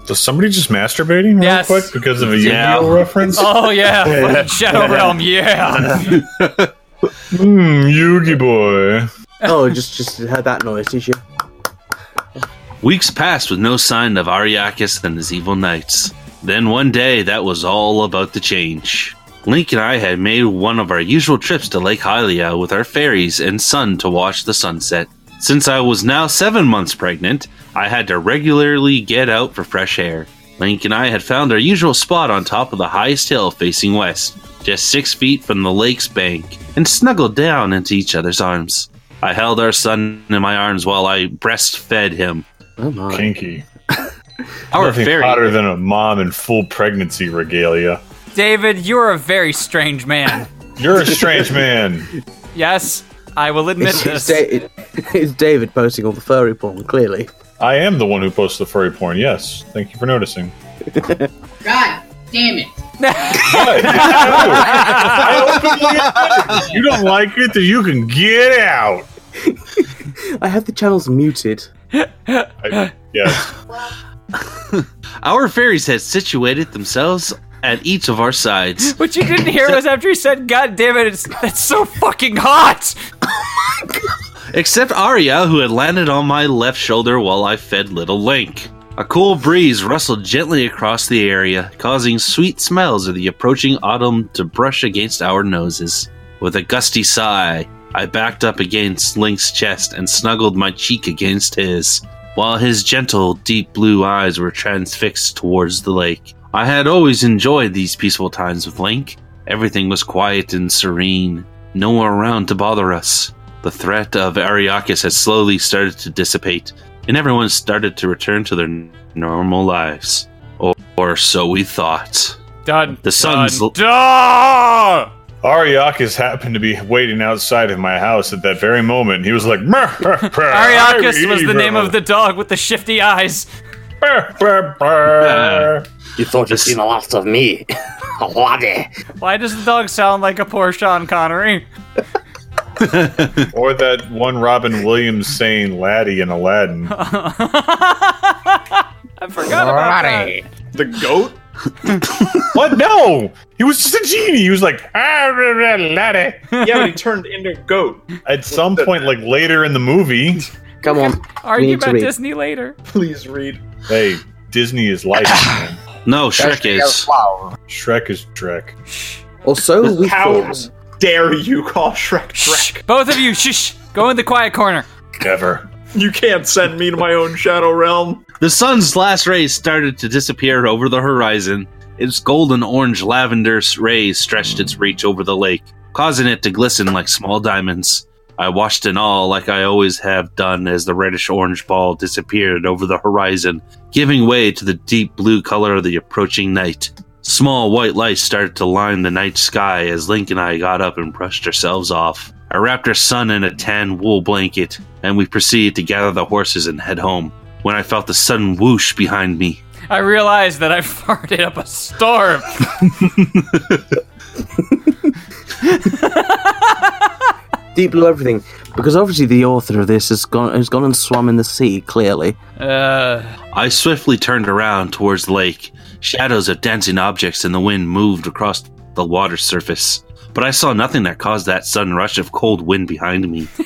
Was somebody just masturbating real quick because of a Yeah. Yu-Gi-Oh reference? Oh, yeah. fucking Shadow Realm, yeah. Hmm, Yugi boy. oh, just just heard that noise, did you? Weeks passed with no sign of Ariakis and his evil knights. Then one day, that was all about to change. Link and I had made one of our usual trips to Lake Hylia with our fairies and sun to watch the sunset. Since I was now seven months pregnant, I had to regularly get out for fresh air. Link and I had found our usual spot on top of the highest hill facing west, just six feet from the lake's bank, and snuggled down into each other's arms. I held our son in my arms while I breastfed him. Oh my. Kinky. Our Nothing fairy- hotter than a mom in full pregnancy regalia. David, you're a very strange man. You're a strange man. Yes, I will admit It's, it's, this. da- it's David posting all the furry porn. Clearly, I am the one who posts the furry porn. Yes, thank you for noticing. God damn it. you don't like it, then you can get out. I have the channels muted. I, Yes. Our fairies had situated themselves at each of our sides. What you didn't hear was after he said, "God damn it, it's that's so fucking hot." Except Arya, who had landed on my left shoulder while I fed little Link. A cool breeze rustled gently across the area, causing sweet smells of the approaching autumn to brush against our noses. With a gusty sigh, I backed up against Link's chest and snuggled my cheek against his, while his gentle, deep blue eyes were transfixed towards the lake. I had always enjoyed these peaceful times with Link. Everything was quiet and serene, no one around to bother us. The threat of Ariakis had slowly started to dissipate, and everyone started to return to their n- normal lives. Or, or so we thought. Done. The sun's. l- Ariakis happened to be waiting outside of my house at that very moment. He was like, Ariakis Ariakis was the name of the dog with the shifty eyes. You thought you'd seen the last of me. Lottie. Why does the dog sound like a poor Sean Connery? or that one Robin Williams saying laddie in Aladdin. I forgot about that. The goat? what? No! He was just a genie. He was like, ah, rah, rah, laddie. Yeah, but he turned into a goat. At some point, like later in the movie. Come on. Argue about Disney later. Please read. Hey, Disney is life, man. No, Shrek is. Shrek is Drek. Also, we How thought- dare you call Shrek Shrek? Both of you, shush. Go in the quiet corner. Never. You can't send me to my own shadow realm. The sun's last rays started to disappear over the horizon. Its golden orange lavender rays stretched its reach over the lake, causing it to glisten like small diamonds. I watched in awe, like I always have done, as the reddish orange ball disappeared over the horizon, giving way to the deep blue color of the approaching night. Small white lights started to line the night sky as Link and I got up and brushed ourselves off. I wrapped our son in a tan wool blanket, and we proceeded to gather the horses and head home. When I felt the sudden whoosh behind me, I realized that I farted up a storm. Deep Blue Everything, because obviously the author of this has gone has gone and swam in the sea. Clearly, I swiftly turned around towards the lake. Shadows of dancing objects in the wind moved across the water surface, but I saw nothing that caused that sudden rush of cold wind behind me.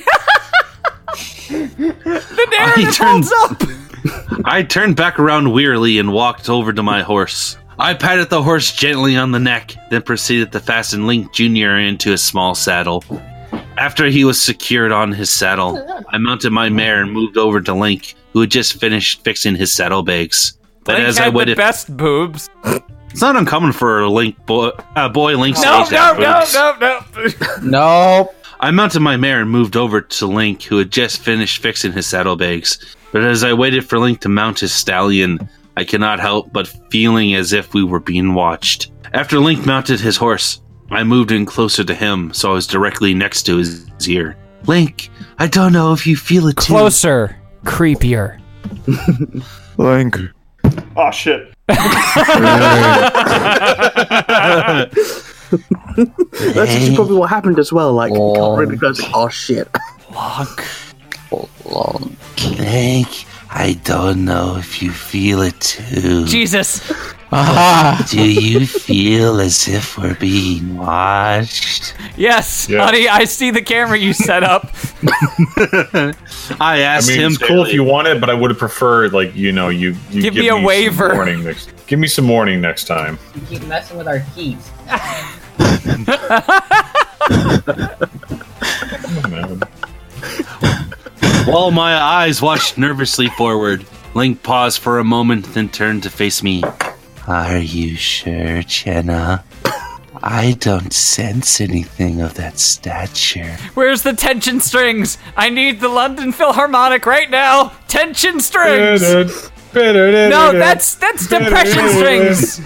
the narrative holds up. I turned back around wearily and walked over to my horse. I patted the horse gently on the neck, then proceeded to fasten Link Jr. into a small saddle. After he was secured on his saddle, I mounted my mare and moved over to Link, who had just finished fixing his saddlebags. But Link as had I the waited, best boobs. it's not uncommon for a Link boy, uh, boy Link's No, age to no, have no, boobs. no, no. No. I mounted my mare and moved over to Link, who had just finished fixing his saddlebags. But as I waited for Link to mount his stallion, I cannot help but feeling as if we were being watched. After Link mounted his horse, I moved in closer to him, so I was directly next to his ear. Link, I don't know if you feel it too. Closer, creepier. Link. Oh shit. that's actually probably what happened as well. Like, got really close. oh shit. Long. Link, I don't know if you feel it too. Ah. Jesus. Do you feel as if we're being watched? Yes, honey, I see the camera you set up. I I asked mean, him it's cool if you want it, but I would have preferred, like, you know, you, you Give me a some waiver. warning next- give me some warning next time. Keep messing with our keys. While my eyes watched nervously forward, Link paused for a moment, then turned to face me. Are you sure, Jenna? I don't sense anything of that stature. Where's the tension strings? I need the London Philharmonic right now. Tension strings. No, that's that's depression strings.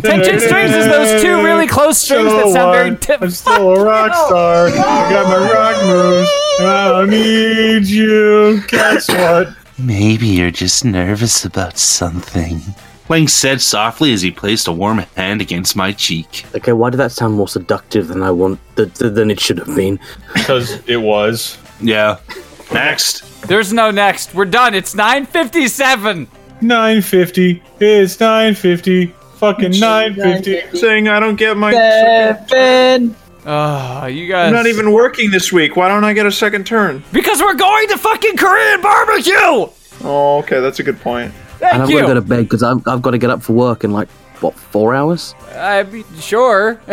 Tension strings is those two really close strings that sound very. T- I'm still a rock star. I got my rock moves. I need you. Guess what? Maybe you're just nervous about something. Link said softly as he placed a warm hand against my cheek. Okay, why did that sound more seductive than I want th- th- than it should have been? Because it was. Yeah. Next. There's no next. We're done. It's 957. 950. It's 950. Fucking 950. Saying I don't get my. Ah. Uh, you guys. I'm not even working this week. Why don't I get a second turn? Because we're going to fucking Korean barbecue! Oh, okay, that's a good point. and I'm going to go to bed because I've got to get up for work in like, what, four hours? I mean, sure.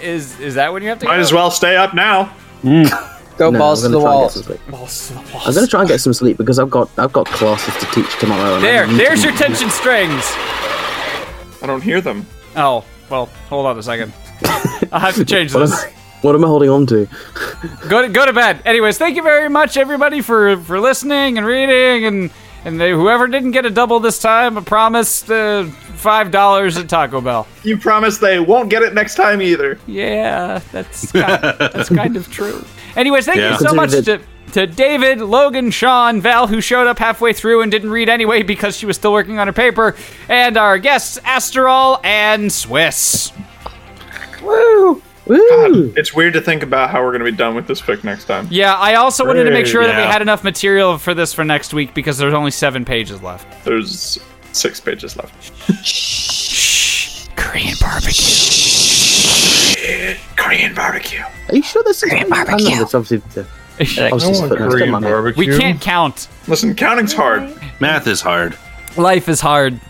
is is that when you have to? Might go? as well stay up now. Mm. Go No, balls I'm to gonna the try and get walls. some sleep. Balls to the I'm going to try and get some sleep because I've got I've got classes to teach tomorrow. and I There, need to- there's your tension strings. I don't hear them. Oh, well, hold on a second. I'll have to change What am, this. I, what am I holding on to? Go to go to bed. Anyways, thank you very much, everybody, for for listening and reading and and they, whoever didn't get a double this time, I promised uh, five dollars at Taco Bell. You promise they won't get it next time either. Yeah, that's kind, that's kind of true. Anyways, thank Yeah. you so much Consider to, to David, Logan, Sean, Val, who showed up halfway through and didn't read anyway because she was still working on her paper, and our guests, Asterol and Swiss. Woo! Woo! It's weird to think about how we're going to be done with this pick next time. Yeah, I also wanted to make sure that Yeah. we had enough material for this for next week because there's only seven pages left. There's six pages left. Korean barbecue. Korean barbecue. Are you sure this is Korean barbecue? I know it's obviously I want Korean barbecue. We can't count. Listen, counting's hard. Math is hard. Life is hard.